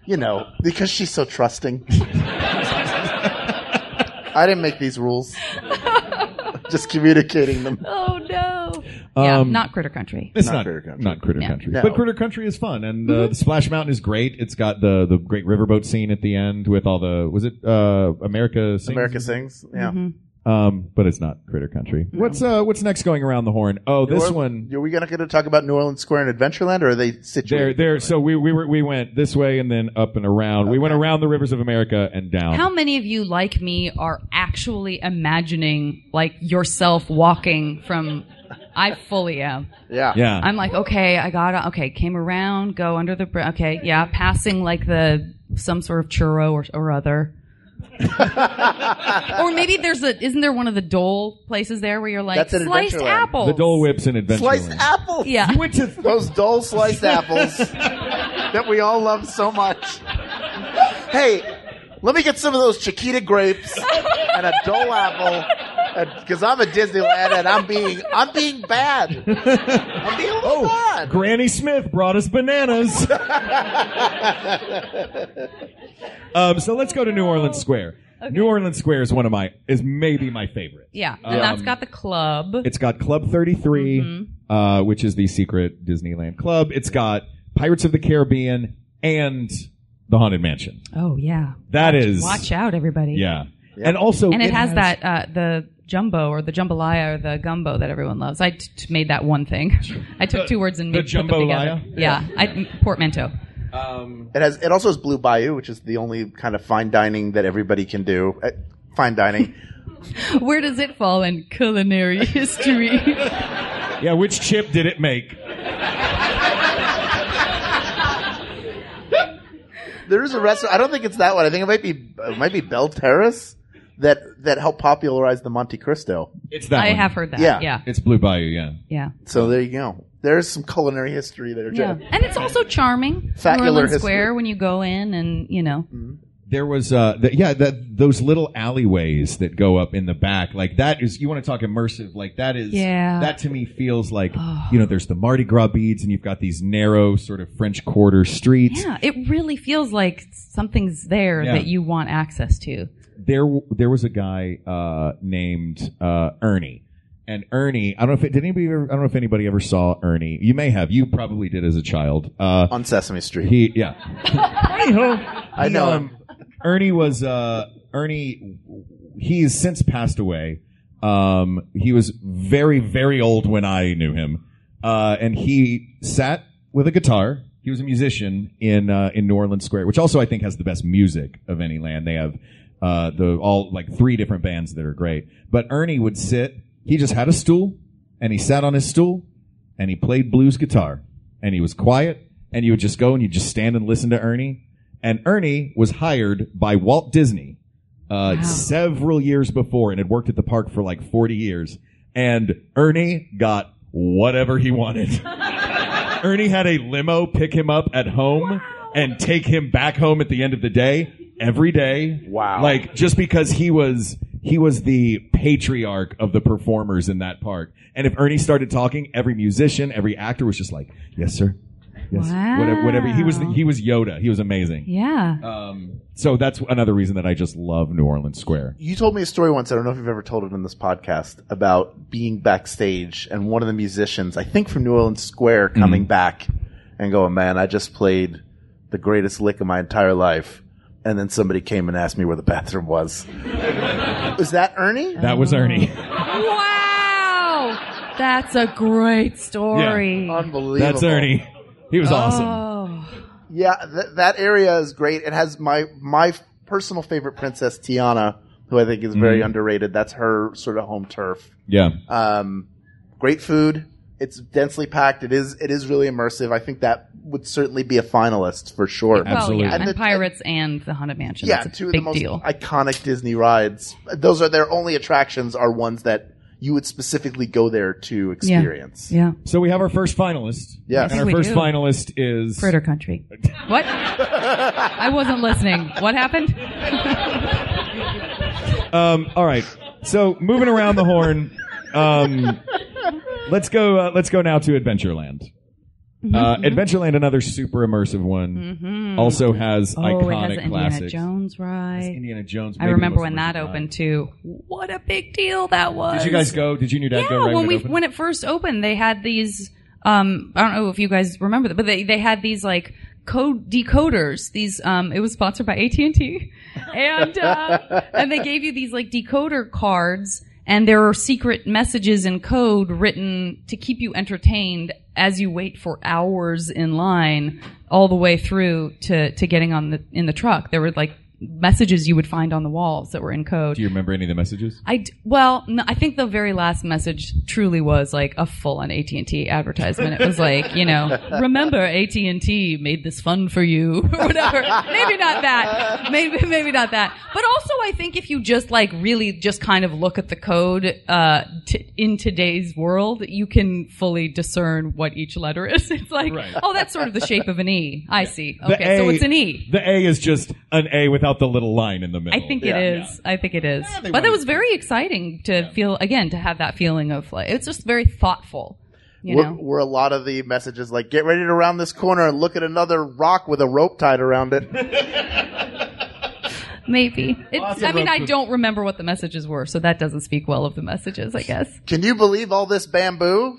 You know, because she's so trusting. I didn't make these rules. Just communicating them. Oh no! yeah, Um, not Critter Country. It's Not not, Critter Country. Not Critter Yeah. Mm-hmm. Country. No. But Critter Country is fun, and uh, the Splash Mountain is great. It's got the the great riverboat scene at the end with all the was it uh, America Sings? America sings. Yeah. Um, but it's not Critter Country. What's uh what's next going around the horn? Oh, this Or- one. Are we going to talk about New Orleans Square and Adventureland, or are they There, situated? there. So we we were, we went this way and then up and around. We went around the rivers of America and down. How many of you, like me, are actually imagining like yourself walking from? I fully am. yeah. yeah. I'm like, okay, I got okay. Came around, go under the br- okay, yeah, passing like the some sort of churro or, or other. or maybe there's a isn't there one of the dole places there where you're like That's at sliced Adventureland. apples. the Dole Whips and Adventure. Sliced apples. Yeah. Went to Those dull sliced apples that we all love so much. Hey, let me get some of those Chiquita grapes and a dull apple, because I'm a Disneyland and I'm being I'm being bad. I'm being a little bad. Granny Smith brought us bananas. um, so let's go to New Orleans Square. New Orleans Square is one of my is maybe my favorite. Yeah, and Um, that's got the club. It's got Club 33, Mm-hmm. uh, which is the secret Disneyland club. It's got Pirates of the Caribbean and the Haunted Mansion. oh yeah, That is watch out, everybody. Yeah. And also, and it, has, that uh, the jumbo or the jambalaya or the gumbo that everyone loves. I t- t- made that one thing. I took two words and the made put them together. jambalaya? Yeah, I, portmanteau. It has. It also has Blue Bayou, which is the only kind of fine dining that everybody can do. Uh, fine dining. Where does it fall in culinary history? Yeah, which chip did it make? There is a restaurant. I don't think it's that one. I think it might be it might be Bell Terrace that that helped popularize the Monte Cristo. It's that. I one. have heard that. Yeah. Yeah. Yeah. It's Blue Bayou. Yeah. Yeah. So there you go. There's some culinary history there, Jen. And it's also charming. Facular New Orleans history. Mm. Square when you go in and, you know. There was, uh, th- yeah, that those little alleyways that go up in the back, like that is. You want to talk immersive? Like that is. Yeah. That to me feels like you know. There's the Mardi Gras beads, and you've got these narrow sort of French Quarter streets. Yeah, it really feels like something's there Yeah. that you want access to. There, w- there was a guy uh, named uh, Ernie, and Ernie. I don't know if it, did anybody. Ever, I don't know if anybody ever saw Ernie. You may have. You probably did as a child. Uh, On Sesame Street. He yeah. I know him. um, Ernie was uh Ernie he has since passed away. Um he was very very old when I knew him. Uh and he sat with a guitar. He was a musician in uh in New Orleans Square, which also I think has the best music of any land. They have uh the all like three different bands that are great. But Ernie would sit, he just had a stool and he sat on his stool and he played blues guitar and he was quiet and you would just go and you'd just stand and listen to Ernie. And Ernie was hired by Walt Disney uh, several years before and had worked at the park for like 40 years. And Ernie got whatever he wanted. Ernie had a limo pick him up at home and take him back home at the end of the day every day. Wow. Like just because he was he was the patriarch of the performers in that park. And if Ernie started talking, every musician, every actor was just like, "Yes, sir." Yes. Whatever, whatever. He was Wow. he was Yoda. He was amazing. Yeah. Um, so that's another reason that I just love New Orleans Square. You told me a story once. I don't know if you've ever told it in this podcast about being backstage and one of the musicians, I think from New Orleans Square, Hmm. coming back and going, "Man, I just played the greatest lick of my entire life." And then somebody came and asked me where the bathroom was. was that Ernie? That was Ernie. Oh. wow. That's a great story. Unbelievable. That's Ernie. He was awesome. Oh. Yeah, th- that area is great. It has my my personal favorite princess Tiana, who I think is Mm-hmm. very underrated. That's her sort of home turf. Yeah. Um, great food. It's densely packed. It is it is really immersive. I think that would certainly be a finalist for sure. Well, Absolutely. yeah, And and, the- Pirates and the Haunted Mansion. yeah, That's a two of big the most deal. iconic Disney rides. Those are their only attractions. Are ones that you would specifically go there to experience. yeah. So we have our first finalist. Yes. And our We first do. finalist is Critter Country. What? I wasn't listening. What happened? Um, all right. So moving around the horn, um, let's go. Uh, let's go now to Adventureland. Mm-hmm, Uh, Adventureland, another super immersive one, also has oh, it has iconic an Indiana classics. Jones ride. Indiana Jones. I maybe the remember most when that immersive ride. opened too. What a big deal that was. Did you guys go? Did you and your dad go? Yeah, Right when we it opened? when it first opened, they had these. Um, I don't know if you guys remember that, but they they had these like code decoders. These um, it was sponsored by AT and T, uh, and they gave you these like decoder cards, and there are secret messages and code written to keep you entertained as you wait for hours in line, all the way through to to getting on the in the truck. There were like messages you would find on the walls that were in code. Do you remember any of the messages? I d- well, no, I think the very last message truly was like a full-on AT and T advertisement. It was like, you know, remember AT and T made this fun for you, or whatever. maybe not that. Maybe maybe not that. But also, I think if you just like really just kind of look at the code uh, t- in today's world, you can fully discern what each letter is. It's like, Right. oh, that's sort of the shape of an E. I see. The Okay, so A- it's an E. The A is just an A without the little line in the middle. I think Yeah. it is. I think it is. they but it wanted was very exciting to feel again to have that feeling of like it's just very thoughtful. You were, know, were a lot of the messages like get ready to round this corner and look at another rock with a rope tied around it maybe. It, Lots I of mean, I rope- don't remember what the messages were, so that doesn't speak well of the messages, I guess. can you believe all this bamboo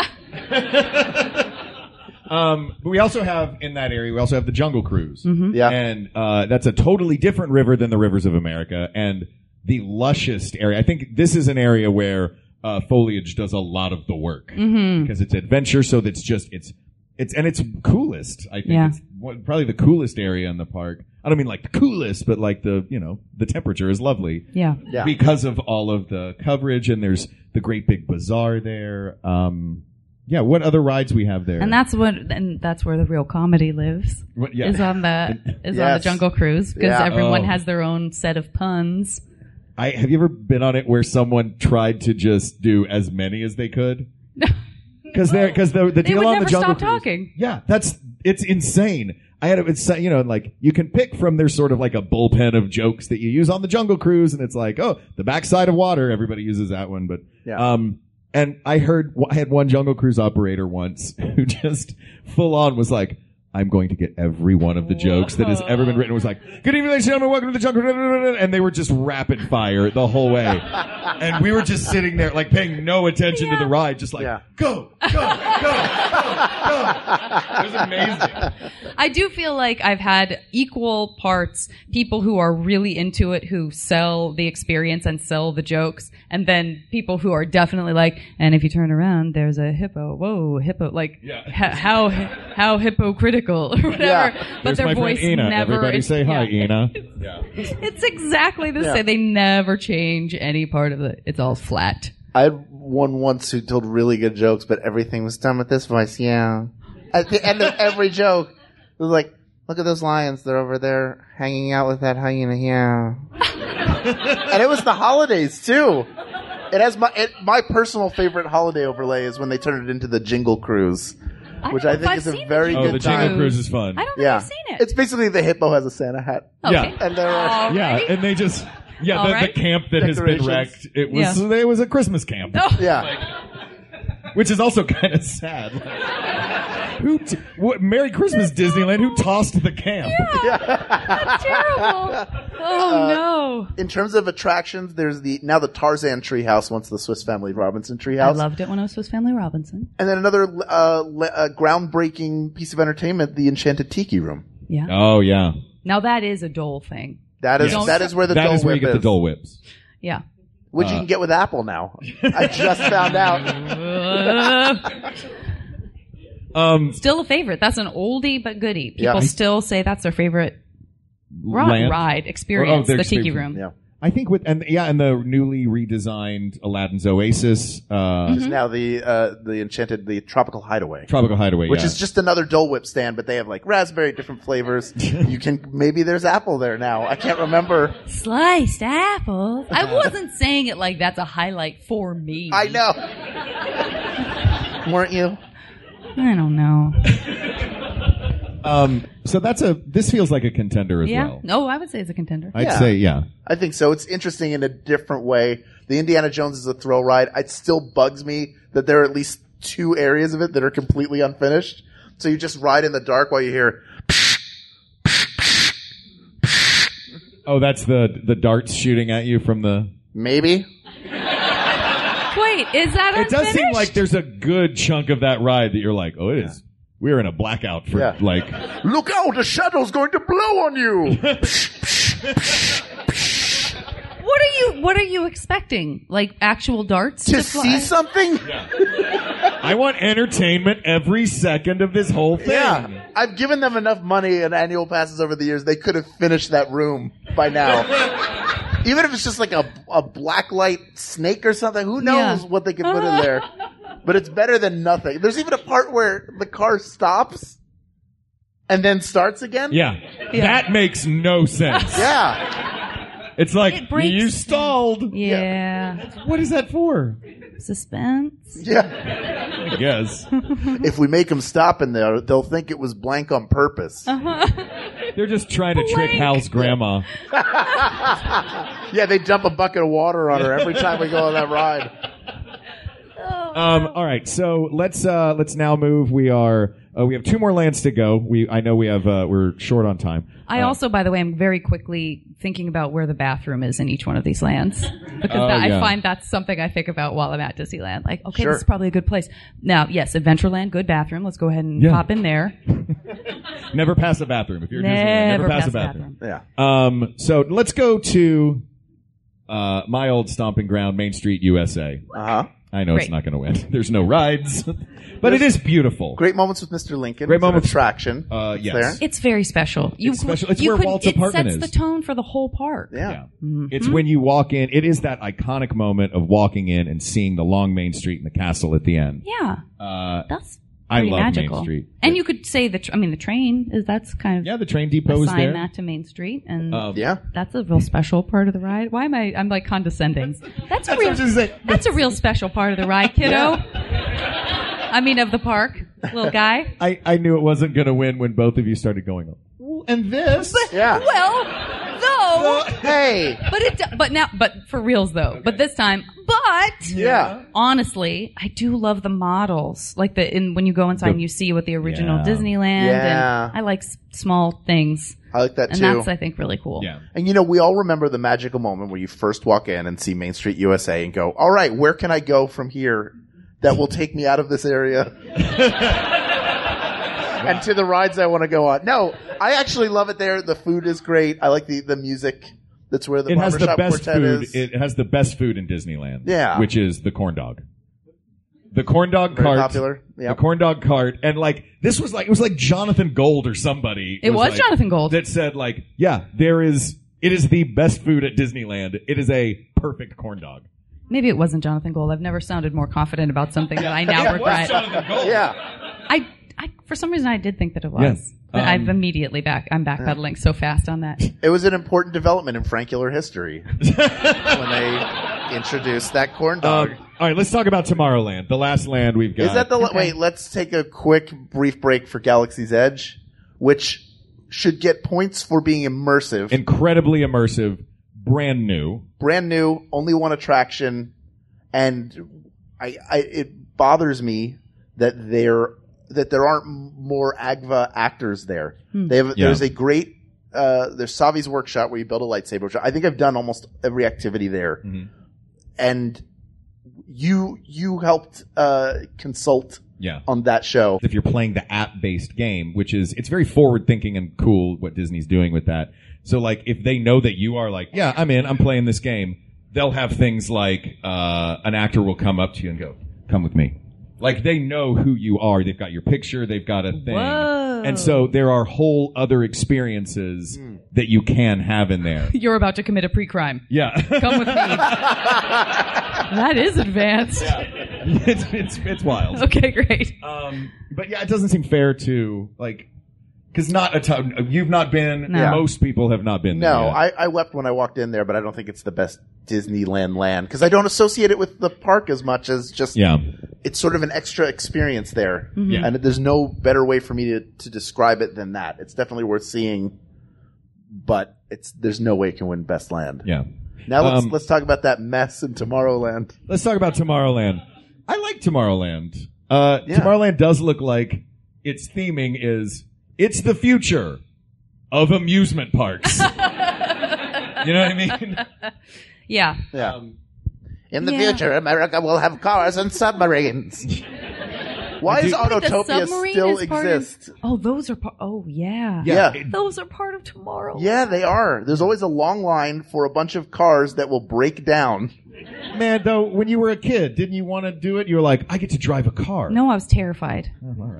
Um, but we also have in that area, we also have the Jungle Cruise. Mm. yeah And uh, that's a totally different river than the rivers of America and the lushest area. I think this is an area where uh, foliage does a lot of the work Mm-hmm. Mm. because it's adventure. So that's just it's it's and it's coolest. I think Yeah. it's one, probably the coolest area in the park. I don't mean like the coolest, but like the you know the temperature is lovely Yeah. Yeah. because of all of the coverage and there's the great big bazaar there. Um, yeah, what other rides we have there? And that's what, and that's where the real comedy lives. What- yeah. Is on the is on the Yes. Jungle Cruise because Yeah. everyone Oh. has their own set of puns. I have you ever been on it where someone tried to just do as many as they could? Because they're because the the They deal would on never the jungle stop Cruise- talking. Yeah, that's it's insane. I had a- it's you know like you can pick from their sort of like a bullpen of jokes that you use on the Jungle Cruise, and it's like oh the backside of water everybody uses that one, but Yeah. um. And I heard I had one Jungle Cruise operator once who just full on was like. I'm going to get every one of the jokes that has ever been written. Was like, "Good evening, ladies and gentlemen. Welcome to the Jungle," Cruise," and they were just rapid fire the whole way, and we were just sitting there like paying no attention to the ride, just like, Yeah. "Go, go, go, go, go." It was amazing. I do feel like I've had equal parts people who are really into it, who sell the experience and sell the jokes, and then people who are definitely like, and if you turn around, there's a hippo. Whoa, hippo! Like, Yeah. h- how how hypocritical or whatever. But There's their my voice friend Ina. never. Everybody say hi, yeah. Ina. It's exactly the Yeah. same. They never change any part of it. It's all flat. i had one once who told really good jokes but everything was done with this voice yeah at the end of every joke it was like look at those lions they're over there hanging out with that hyena yeah and it was the holidays too it has my it, my personal favorite holiday overlay is when they turned it into the jingle cruise don't Which know I if think I've is a seen very Oh, good the time. Jingle Cruise is fun. I don't think yeah I've seen it. it's basically the hippo has a santa hat okay. Yeah. and there are All Yeah, right. and they just Yeah, All the, right. the camp that has been Decorations. wrecked. It was it was a Christmas camp, Oh, Yeah. which is also kind of sad. Like, who? T- what, Merry Christmas, Disneyland. Who tossed the camp? that's terrible. Uh, Oh no. In terms of attractions, there's the now the Tarzan treehouse, once the Swiss Family Robinson I treehouse. loved it when I was with Family Robinson. and then another uh, le- uh, groundbreaking piece of entertainment, the Enchanted Tiki Room. Yeah. Oh yeah, Now that is a Dole thing. That is Yes. that is where the that Dole is where you Whip get the is, Dole Uh. Whips. Yeah. which you can get with Apple now. I just found out. Um, Still a favorite. That's an oldie but goodie. Yeah. People still say that's their favorite rock Land. ride experience, their the Tiki favorite. Room. Yeah. I think with and yeah, and the newly redesigned Aladdin's Oasis, uh, Mm-hmm. It's now the uh, the Enchanted the Tropical Hideaway. Tropical Hideaway, Which yeah. is just another Dole Whip stand, but they have like raspberry, different flavors. you can maybe there's apple there now. I can't remember. Sliced apples. I wasn't saying it like that's a highlight for me. I know. Weren't you? I don't know. um, so that's a this feels like a contender as yeah. well. No, I would say it's a contender. I'd Yeah. say yeah. I think so. It's interesting in a different way. The Indiana Jones is a thrill ride. It still bugs me that there are at least two areas of it that are completely unfinished. So you just ride in the dark while you hear Oh, that's the the darts shooting at you from the. maybe. Wait, is that It does seem unfinished? like there's a good chunk of that ride that you're like, oh, it is. We're in a blackout for Yeah. like. Look out! The shadow's going to blow on you. What are you? What are you expecting? Like actual darts to, to fly? see something. I want entertainment every second of this whole thing. Yeah, I've given them enough money and annual passes over the years. They could have finished that room by now. Even if it's just like a a black light snake or something, who knows Yeah. what they could put in there? But it's better than nothing. There's even a part where the car stops and then starts again. Yeah. That makes no sense. Yeah. It's like It breaks- you stalled. Yeah. What is that for? Suspense. Yeah. I guess If we make them stop in there, they'll think it was blank on purpose. Uh-huh. they're just trying to trick Hal's grandma. Yeah, they dump a bucket of water on her every time we go on that ride. Um, all right, so let's uh, let's now move. We are uh, we have two more lands to go. We I know we have uh, we're short on time. I also, by the way, am very quickly thinking about where the bathroom is in each one of these lands because that, Oh, yeah. I find that's something I think about while I'm at Disneyland. Like, okay, Sure. this is probably a good place. Now, yes, Adventureland, good bathroom. Let's go ahead and Yeah. pop in there. Never pass a bathroom if you're Never, Disneyland. pass a the bathroom. Yeah. Um, so let's go to uh, my old stomping ground, Main Street, USA. Uh huh. I know it's Great. not going to win. There's no rides, but it is beautiful. Great moments with Mr. Lincoln. Great It's an Moments- attraction. Uh, yes. There. It's very special. You, It's special. It's you where could- Walt's it apartment sets is. the tone for the whole park. Yeah. Yeah. It's when you walk in. It is that iconic moment of walking in and seeing the long Main Street and the castle at the end. Yeah, Uh, that's I pretty love magical. Main Street. And you could say the. Tr- I mean, the train is that's kind of yeah, the train depot is assign there. that to Main Street and. Um, Yeah. That's a real special part of the ride. Why am I? I'm like condescending. That's a real. That's a real special part of the ride, kiddo. I mean, of the park, little guy. I, I knew it wasn't going to win when both of you started going. And this, Yeah. Well, though, Hey. but it. do- But now, but for reals though. But this time, but Yeah. honestly, I do love the models. Like the in when you go inside, The- and you see what the original Yeah. Disneyland. Yeah. And I like s- small things, I like that and too. that's I think really cool. yeah, and you know, we all remember the magical moment where you first walk in and see Main Street USA and go, all right, where can I go from here that will take me out of this area? and to the rides I want to go on. No, I actually love it there. The food is great. I like the, the music. That's where the it has the barbershop best quartet food. is. It has the best food in Disneyland. Yeah. which is the corn dog. The corn dog Very cart, popular. Yeah. the corn dog cart, and like this was like it was like Jonathan Gold or somebody. It was like- Jonathan Gold. that said like yeah there is it is the best food at Disneyland. It is a perfect corn dog. Maybe it wasn't Jonathan Gold. I've never sounded more confident about something that I now regret. Uh, yeah. I, I, for some reason, I did think that it was. Yes. But Um, I'm immediately back. I'm backpedaling so fast on that. It was an important development in Frankular history when they introduced that corn dog. Um, all right, let's talk about Tomorrowland, the last land we've got. Is that the Okay. wait? Let's take a quick, brief break for Galaxy's Edge, which should get points for being immersive. incredibly immersive? brand new. brand new, only one attraction, and I, I it bothers me that there that there aren't m- more Agva actors there. They have Yeah. there's a great uh, there's Savi's workshop where you build a lightsaber. Which I think I've done almost every activity there, Mhm. and you you helped uh, consult Yeah. on that show. if you're playing the app based game, which is it's very forward thinking and cool what Disney's doing with that. So like if they know that you are like, yeah, I'm in, I'm playing this game, they'll have things like uh, an actor will come up to you and go, "Come with me." Like they know who you are. They've got your picture. They've got a thing. Whoa. And so there are whole other experiences that you can have in there. You're about to commit a pre-crime. Yeah. Come with me. that is advanced. it's, it's, it's wild. Okay, great. Um, but yeah, it doesn't seem fair to like because not a ton. You've not been. No. Most people have not been. No, there yet. I, I wept when I walked in there, but I don't think it's the best Disneyland land because I don't associate it with the park as much as just Yeah, it's sort of an extra experience there. Mm-hmm. Yeah. And there's no better way for me to, to describe it than that. It's definitely worth seeing, but it's there's no way it can win Best Land. yeah. Now let's Um, let's talk about that mess in Tomorrowland. Let's talk about Tomorrowland. I like Tomorrowland. Uh, Yeah. Tomorrowland does look like its theming is it's the future of amusement parks. you know what I mean? Yeah. Yeah. in the Um, Yeah. future, America will have cars and submarines. Why does The Autotopia submarine still is part exist? Of, oh, those are part. Oh, yeah. Yeah. it- Those are part of tomorrow. Yeah, they are. There's always a long line for a bunch of cars that will break down. man. Though when you were a kid, didn't you want to do it? You were like, I get to drive a car. No, I was terrified.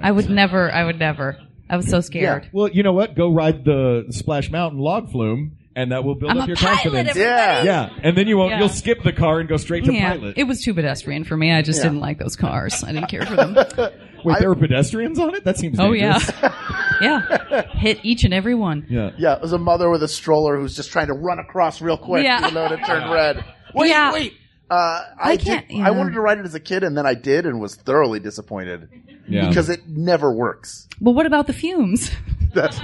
I would never. I would never. I was so scared. Well, you know what? Go ride the Splash Mountain log flume, and that will build I'm up a your pilot. confidence. everybody. Yeah. Yeah, and then you won't. Yeah. You'll skip the car and go straight to Yeah, pilot. it was too pedestrian for me. I just Yeah. didn't like those cars. I didn't care for them. Wait, there were pedestrians on it. That seems. Oh yeah, dangerous. yeah. Hit each and every one. yeah, Yeah, it was a mother with a stroller who's just trying to run across real quick, Yeah. even though it had turned red. Wait, Yeah. wait. Uh, I, I can't- Did, yeah. I wanted to write it as a kid, and then I did, and was thoroughly disappointed yeah. because it never works. Well, what about the fumes? That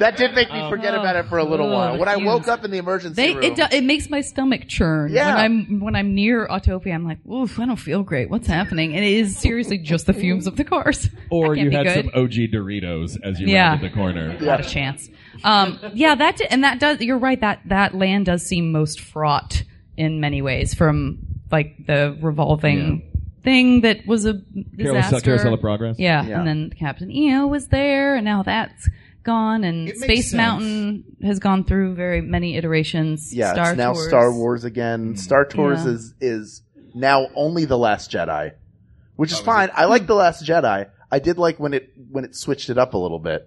that did make me forget about it for a little Oh, while. When I fumes. woke up in the emergency They room, it do, it makes my stomach churn. Yeah. When I'm when I'm near Autopia, I'm like, oof, I don't feel great. What's happening? And it is seriously just the fumes of the cars. Or That can't you be had good. some OG Doritos as you Yeah. rounded the corner. Yeah. not a chance. Um, yeah, that di- and that does. You're right. That that land does seem most fraught in many ways from like the revolving thing that was a disaster. Carousel of Progress. Yeah. Yeah. and then Captain EO was there, and now that's gone, and It makes Space sense. Mountain has gone through very many iterations. yeah, Star it's now Tours. Star Wars Mm-hmm. again. Star Tours Yeah. is is now only the Last Jedi, which is fine. I like the Last Jedi. I did like when it when it switched it up a little bit,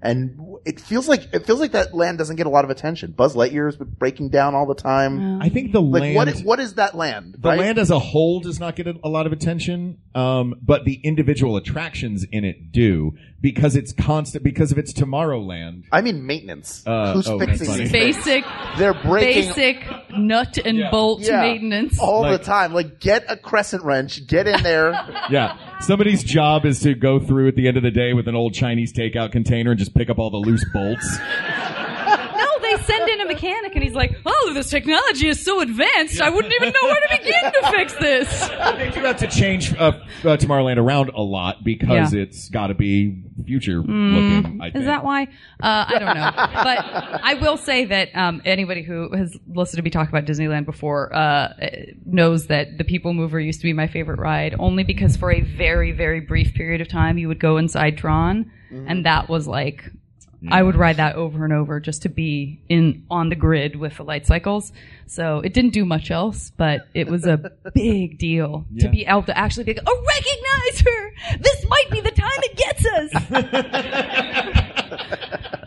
and w- it feels like it feels like that land doesn't get a lot of attention. Buzz Lightyear has been breaking down all the time. I think the Like land. what i- what is that land? the right? land as a whole does not get a, a lot of attention, um, but the individual attractions in it do because it's constant because of its Tomorrowland. I mean maintenance. Uh, Who's oh, fixing that's funny. these things? Basic, They're breaking basic nut and bolt Yeah. maintenance. all Like- the time. Like get a crescent wrench, get in there. Yeah, somebody's job is to go through at the end of the day with an old Chinese takeout container and just pick up all the loose bolts. No, they send in a mechanic and he's like, oh, this technology is so advanced, I wouldn't even know where to begin to fix this. they do have to change uh, uh, Tomorrowland around a lot because Yeah. Mm. it's got to be future looking. I think. Is that why? Uh, I don't know. But I will say that um, anybody who has listened to me talk about Disneyland before uh, knows that the People Mover used to be my favorite ride, only because for a very, very brief period of time, you would go inside Tron, and that was like. I would ride that over and over just to be in on the grid with the light cycles. So it didn't do much else, but it was a big deal Yeah. to be able to actually be like, "Oh, recognize her! This might be the time it gets us."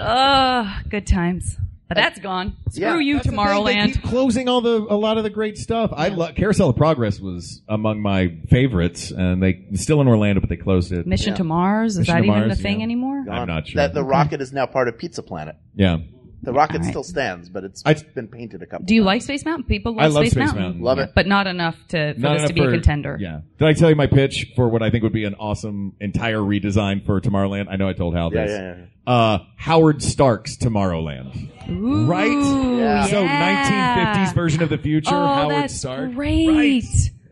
Oh, good times. But that's gone. Screw Yeah, you, That's the thing, they Tomorrowland. keep closing all the a lot of the great stuff. I lo- Carousel of Progress was among my favorites, and they it's still in Orlando, but they closed it. Mission to Mars. Is Mission that to even Mars, the thing yeah. anymore? I'm not sure. That the rocket is now part of Pizza Planet. yeah, The rocket All right. still stands, but it's I- been painted a couple. Do you like Space Mountain? People love, I love Space Mountain. Mountain. Love it. But not enough to for Not this to enough be a for- contender. Yeah. Did I tell you my pitch for what I think would be an awesome entire redesign for Tomorrowland? I know I told Hal Yeah, this. yeah, yeah. Uh, Howard Stark's Tomorrowland. Ooh, Right? Yeah. So Oh, yeah. 1950s version of the future, Oh, Howard that's Stark. great. Right.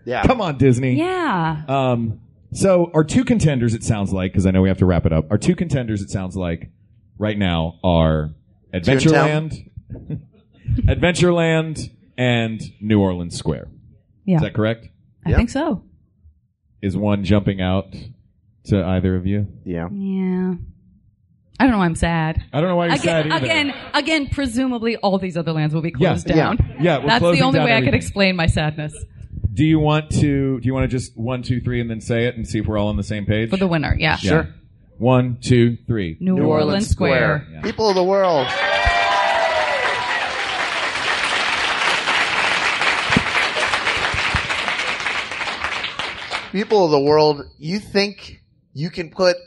Yeah. Come on, Disney. Yeah. Um, so our two contenders, it sounds like, because I know we have to wrap it up. Our two contenders, it sounds like, right now are Adventureland, Adventureland, and New Orleans Square. Yeah. Is that correct? I Yeah. think so. Is one jumping out to either of you? Yeah. Yeah. I don't know. why I'm sad. I don't know why you're sad Again, either. again, again. Presumably, all these other lands will be Yeah, closed yeah. down. Yeah, we're That's the closing only down way I could everything. explain my sadness Do you want to? Do you want to just one, two, three, and then say it and see if we're all on the same page? for the winner. Yeah. Yeah. One, two, three. New, Orleans, Square. Square. People of the world. People of the world, you think you can put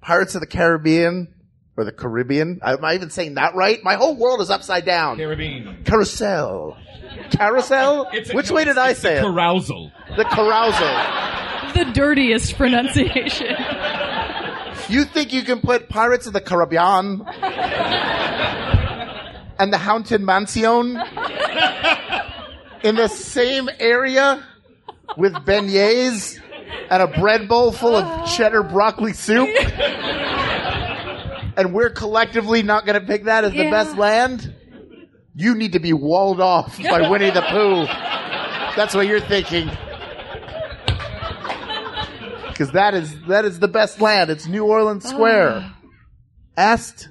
Pirates of the Caribbean or the Caribbean? Am I even saying that right? My whole world is upside down. Caribbean. Carousel. Carousel? Which way did I say it? Carousal. the carousel. The dirtiest pronunciation. You think you can put Pirates of the Caribbean and the Haunted Mansion in the same area with beignets and a bread bowl full of cheddar broccoli soup? And we're collectively not going to pick that as the Yeah. best land? You need to be walled off by Winnie the Pooh. That's what you're thinking. Because that is that is the best land. It's New Orleans Square. Asked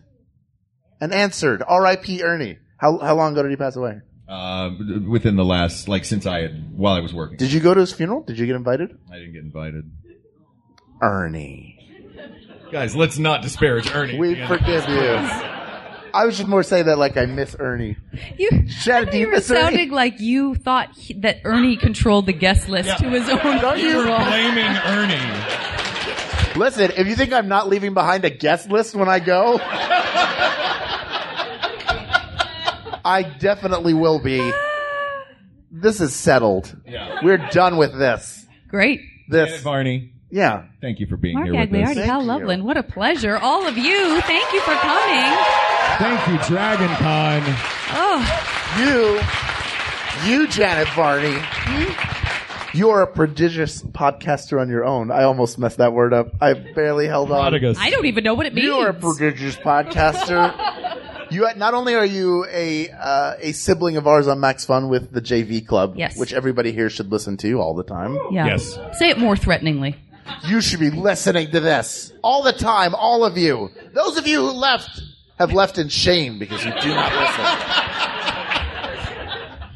and answered. R.I.P. Ernie. How how long ago did he pass away? Uh, within the last, like, since I had, while I was working, Did you go to his funeral? Did you get invited? I didn't get invited. Ernie, Guys, let's not disparage Ernie. we Yeah. forgive you. I was just more saying that like I miss Ernie. You, Shannon, I thought do you you were miss Ernie? sounding like you thought he, that Ernie controlled the guest list to his own Don't you- funeral. blaming Ernie. Listen, if you think I'm not leaving behind a guest list when I go, I definitely will be. This is settled. Yeah. We're done with this. Great. This, Varney, yeah. thank you for being Mark here with us. Agliardi, Hal Thank you. Loveland, what a pleasure. All of you, thank you for coming. Thank you, Dragon Con. Oh, You, you, Janet Varney, you are a prodigious podcaster on your own. I almost messed that word up. I barely held on. I don't even know what it means. You are a prodigious podcaster. You not only are you a uh, a sibling of ours on Max Fun with the JV Club, Yes. which everybody here should listen to all the time. yeah. Yes. Say it more threateningly. You should be listening to this all the time, all of you. Those of you who left have left in shame because you do not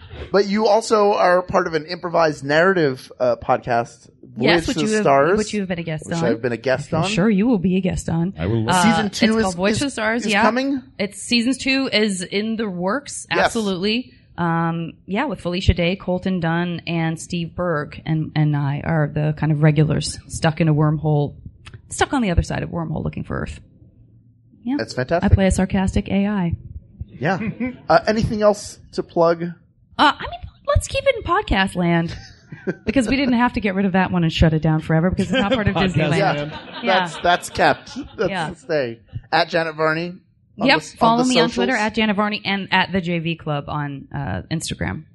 listen. but you also are part of an improvised narrative uh, podcast, Voyage yes, to which the you, have, Stars, which you have been a guest which on. I've been a guest on. Sure, you will be a guest on. Uh, I will. Season two it's is- called Voice is- of the Stars. is yeah, coming? It's seasons two is in the works. Yes. Absolutely. Um, yeah, with Felicia Day, Colton Dunn, and Steve Berg, and and I are the kind of regulars stuck in a wormhole, stuck on the other side of wormhole, looking for Earth. Yeah, That's I fantastic. play a sarcastic AI. Yeah. Uh, anything else to plug? Uh, I mean, let's keep it in podcast land. because we didn't have to get rid of that one and shut it down forever because it's not part of Disneyland. Yeah, Yeah. that's that's kept. That's Yeah. the stay at Janet Varney. on Yep. the- on Follow the me on socials. Twitter at Jana Varney and at the JV Club on uh, Instagram.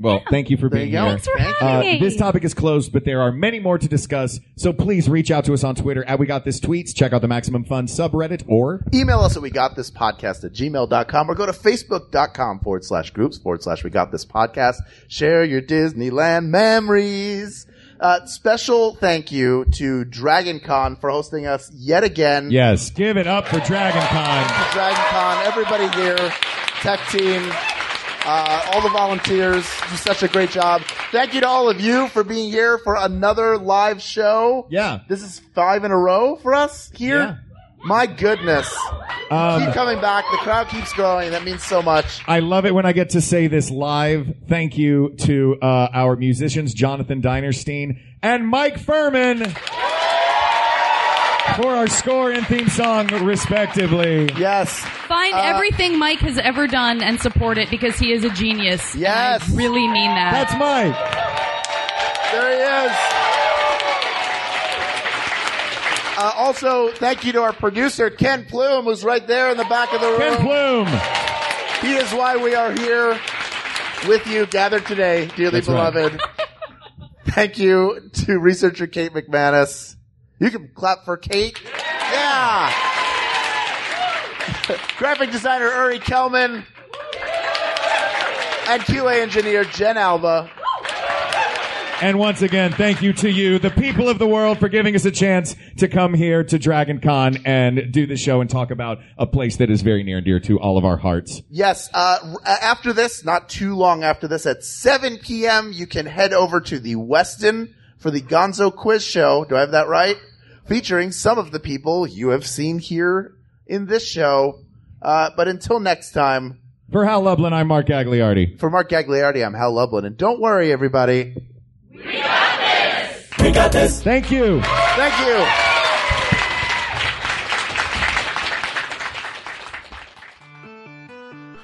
well, thank you for There being you go. here. Thanks for Thank you. Uh, having me. this topic is closed, but there are many more to discuss. So please reach out to us on Twitter at We Got This Tweets. Check out the Maximum Fun subreddit or Email us at we got this podcast at gmail.com or go to facebook.com forward slash groups forward slash we got this podcast. Share your Disneyland memories. Uh, special thank you to Dragon Con for hosting us yet again. yes, give it up for Dragon Con. Dragon Con, everybody here, tech team, uh, all the volunteers, do such a great job. Thank you to all of you for being here for another live show. Yeah. This is five in a row for us here. Yeah. My goodness. Um, Keep coming back. The crowd keeps growing. That means so much. I love it when I get to say this live. Thank you to uh, our musicians, Jonathan Dinerstein and Mike Furman. for our score and theme song, respectively. Yes. Find everything Mike has ever done and support it because he is a genius. and I Yes. really mean that. That's Mike. There he is. Uh, also, thank you to our producer, Ken Plume, who's right there in the back of the room. Ken Plume. He is why we are here with you, gathered today, dearly That's right. beloved. Thank you to researcher Kate McManus. You can clap for Kate. Yeah. Graphic designer Uri Kelman. And QA engineer Jen Alba. And once again, thank you to you, the people of the world, for giving us a chance to come here to Dragon Con and do the show and talk about a place that is very near and dear to all of our hearts. Yes, uh, r- uh, after this, not too long after this, at 7 p.m., you can head over to the Westin for the Gonzo Quiz Show. Do I have that right? Featuring some of the people you have seen here in this show. Uh, but until next time, For Hal Lublin, I'm Mark Agliardi. for Mark Gagliardi, I'm Hal Lublin. And don't worry, everybody. Thank you. Thank you.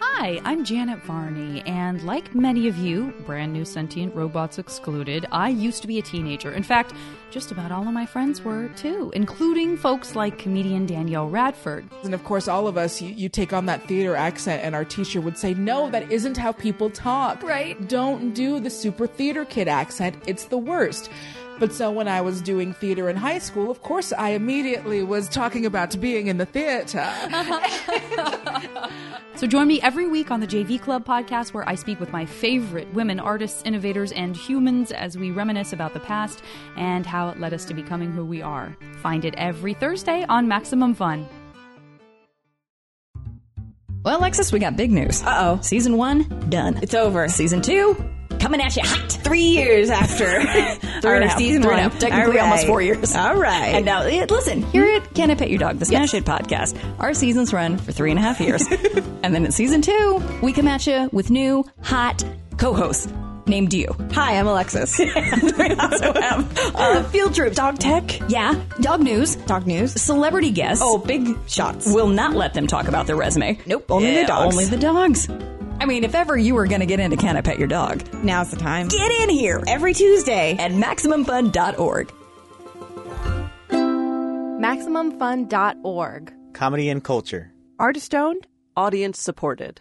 Hi, I'm Janet Varney, and like many of you, brand new sentient robots excluded, I used to be a teenager. In fact, just about all of my friends were too, including folks like comedian Danielle Radford. And of course, all of us, you, you take on that theater accent, and our teacher would say, No, that isn't how people talk. Right. Don't do the super theater kid accent, it's the worst. But so when I was doing theater in high school, of course, I immediately was talking about being in the theater. So join me every week on the JV Club podcast, where I speak with my favorite women artists, innovators, and humans as we reminisce about the past and how it led us to becoming who we are. Find it every Thursday on Maximum Fun. Well, Alexis, we got big news. Uh oh. Season one, done. It's over. Season two, coming at you hot. Three years after. three and a half. Season one. Technically almost four years. All right. And now, eh, listen, here at Can I Pet Your Dog, the Smash It podcast, our seasons run for three and a half years. and then in season two, we come at you with new, hot co hosts. Named you. Hi, I'm Alexis. we also have uh, field trip, dog tech. Yeah, dog news, dog news, celebrity guests. Oh, big shots. Will not let them talk about their resume. Nope, only the dogs. Only the dogs. I mean, if ever you were going to get into Can I Pet Your Dog, Now's the time. get in here every Tuesday at MaximumFun.org. MaximumFun.org. Comedy and culture. Artist owned, Audience supported.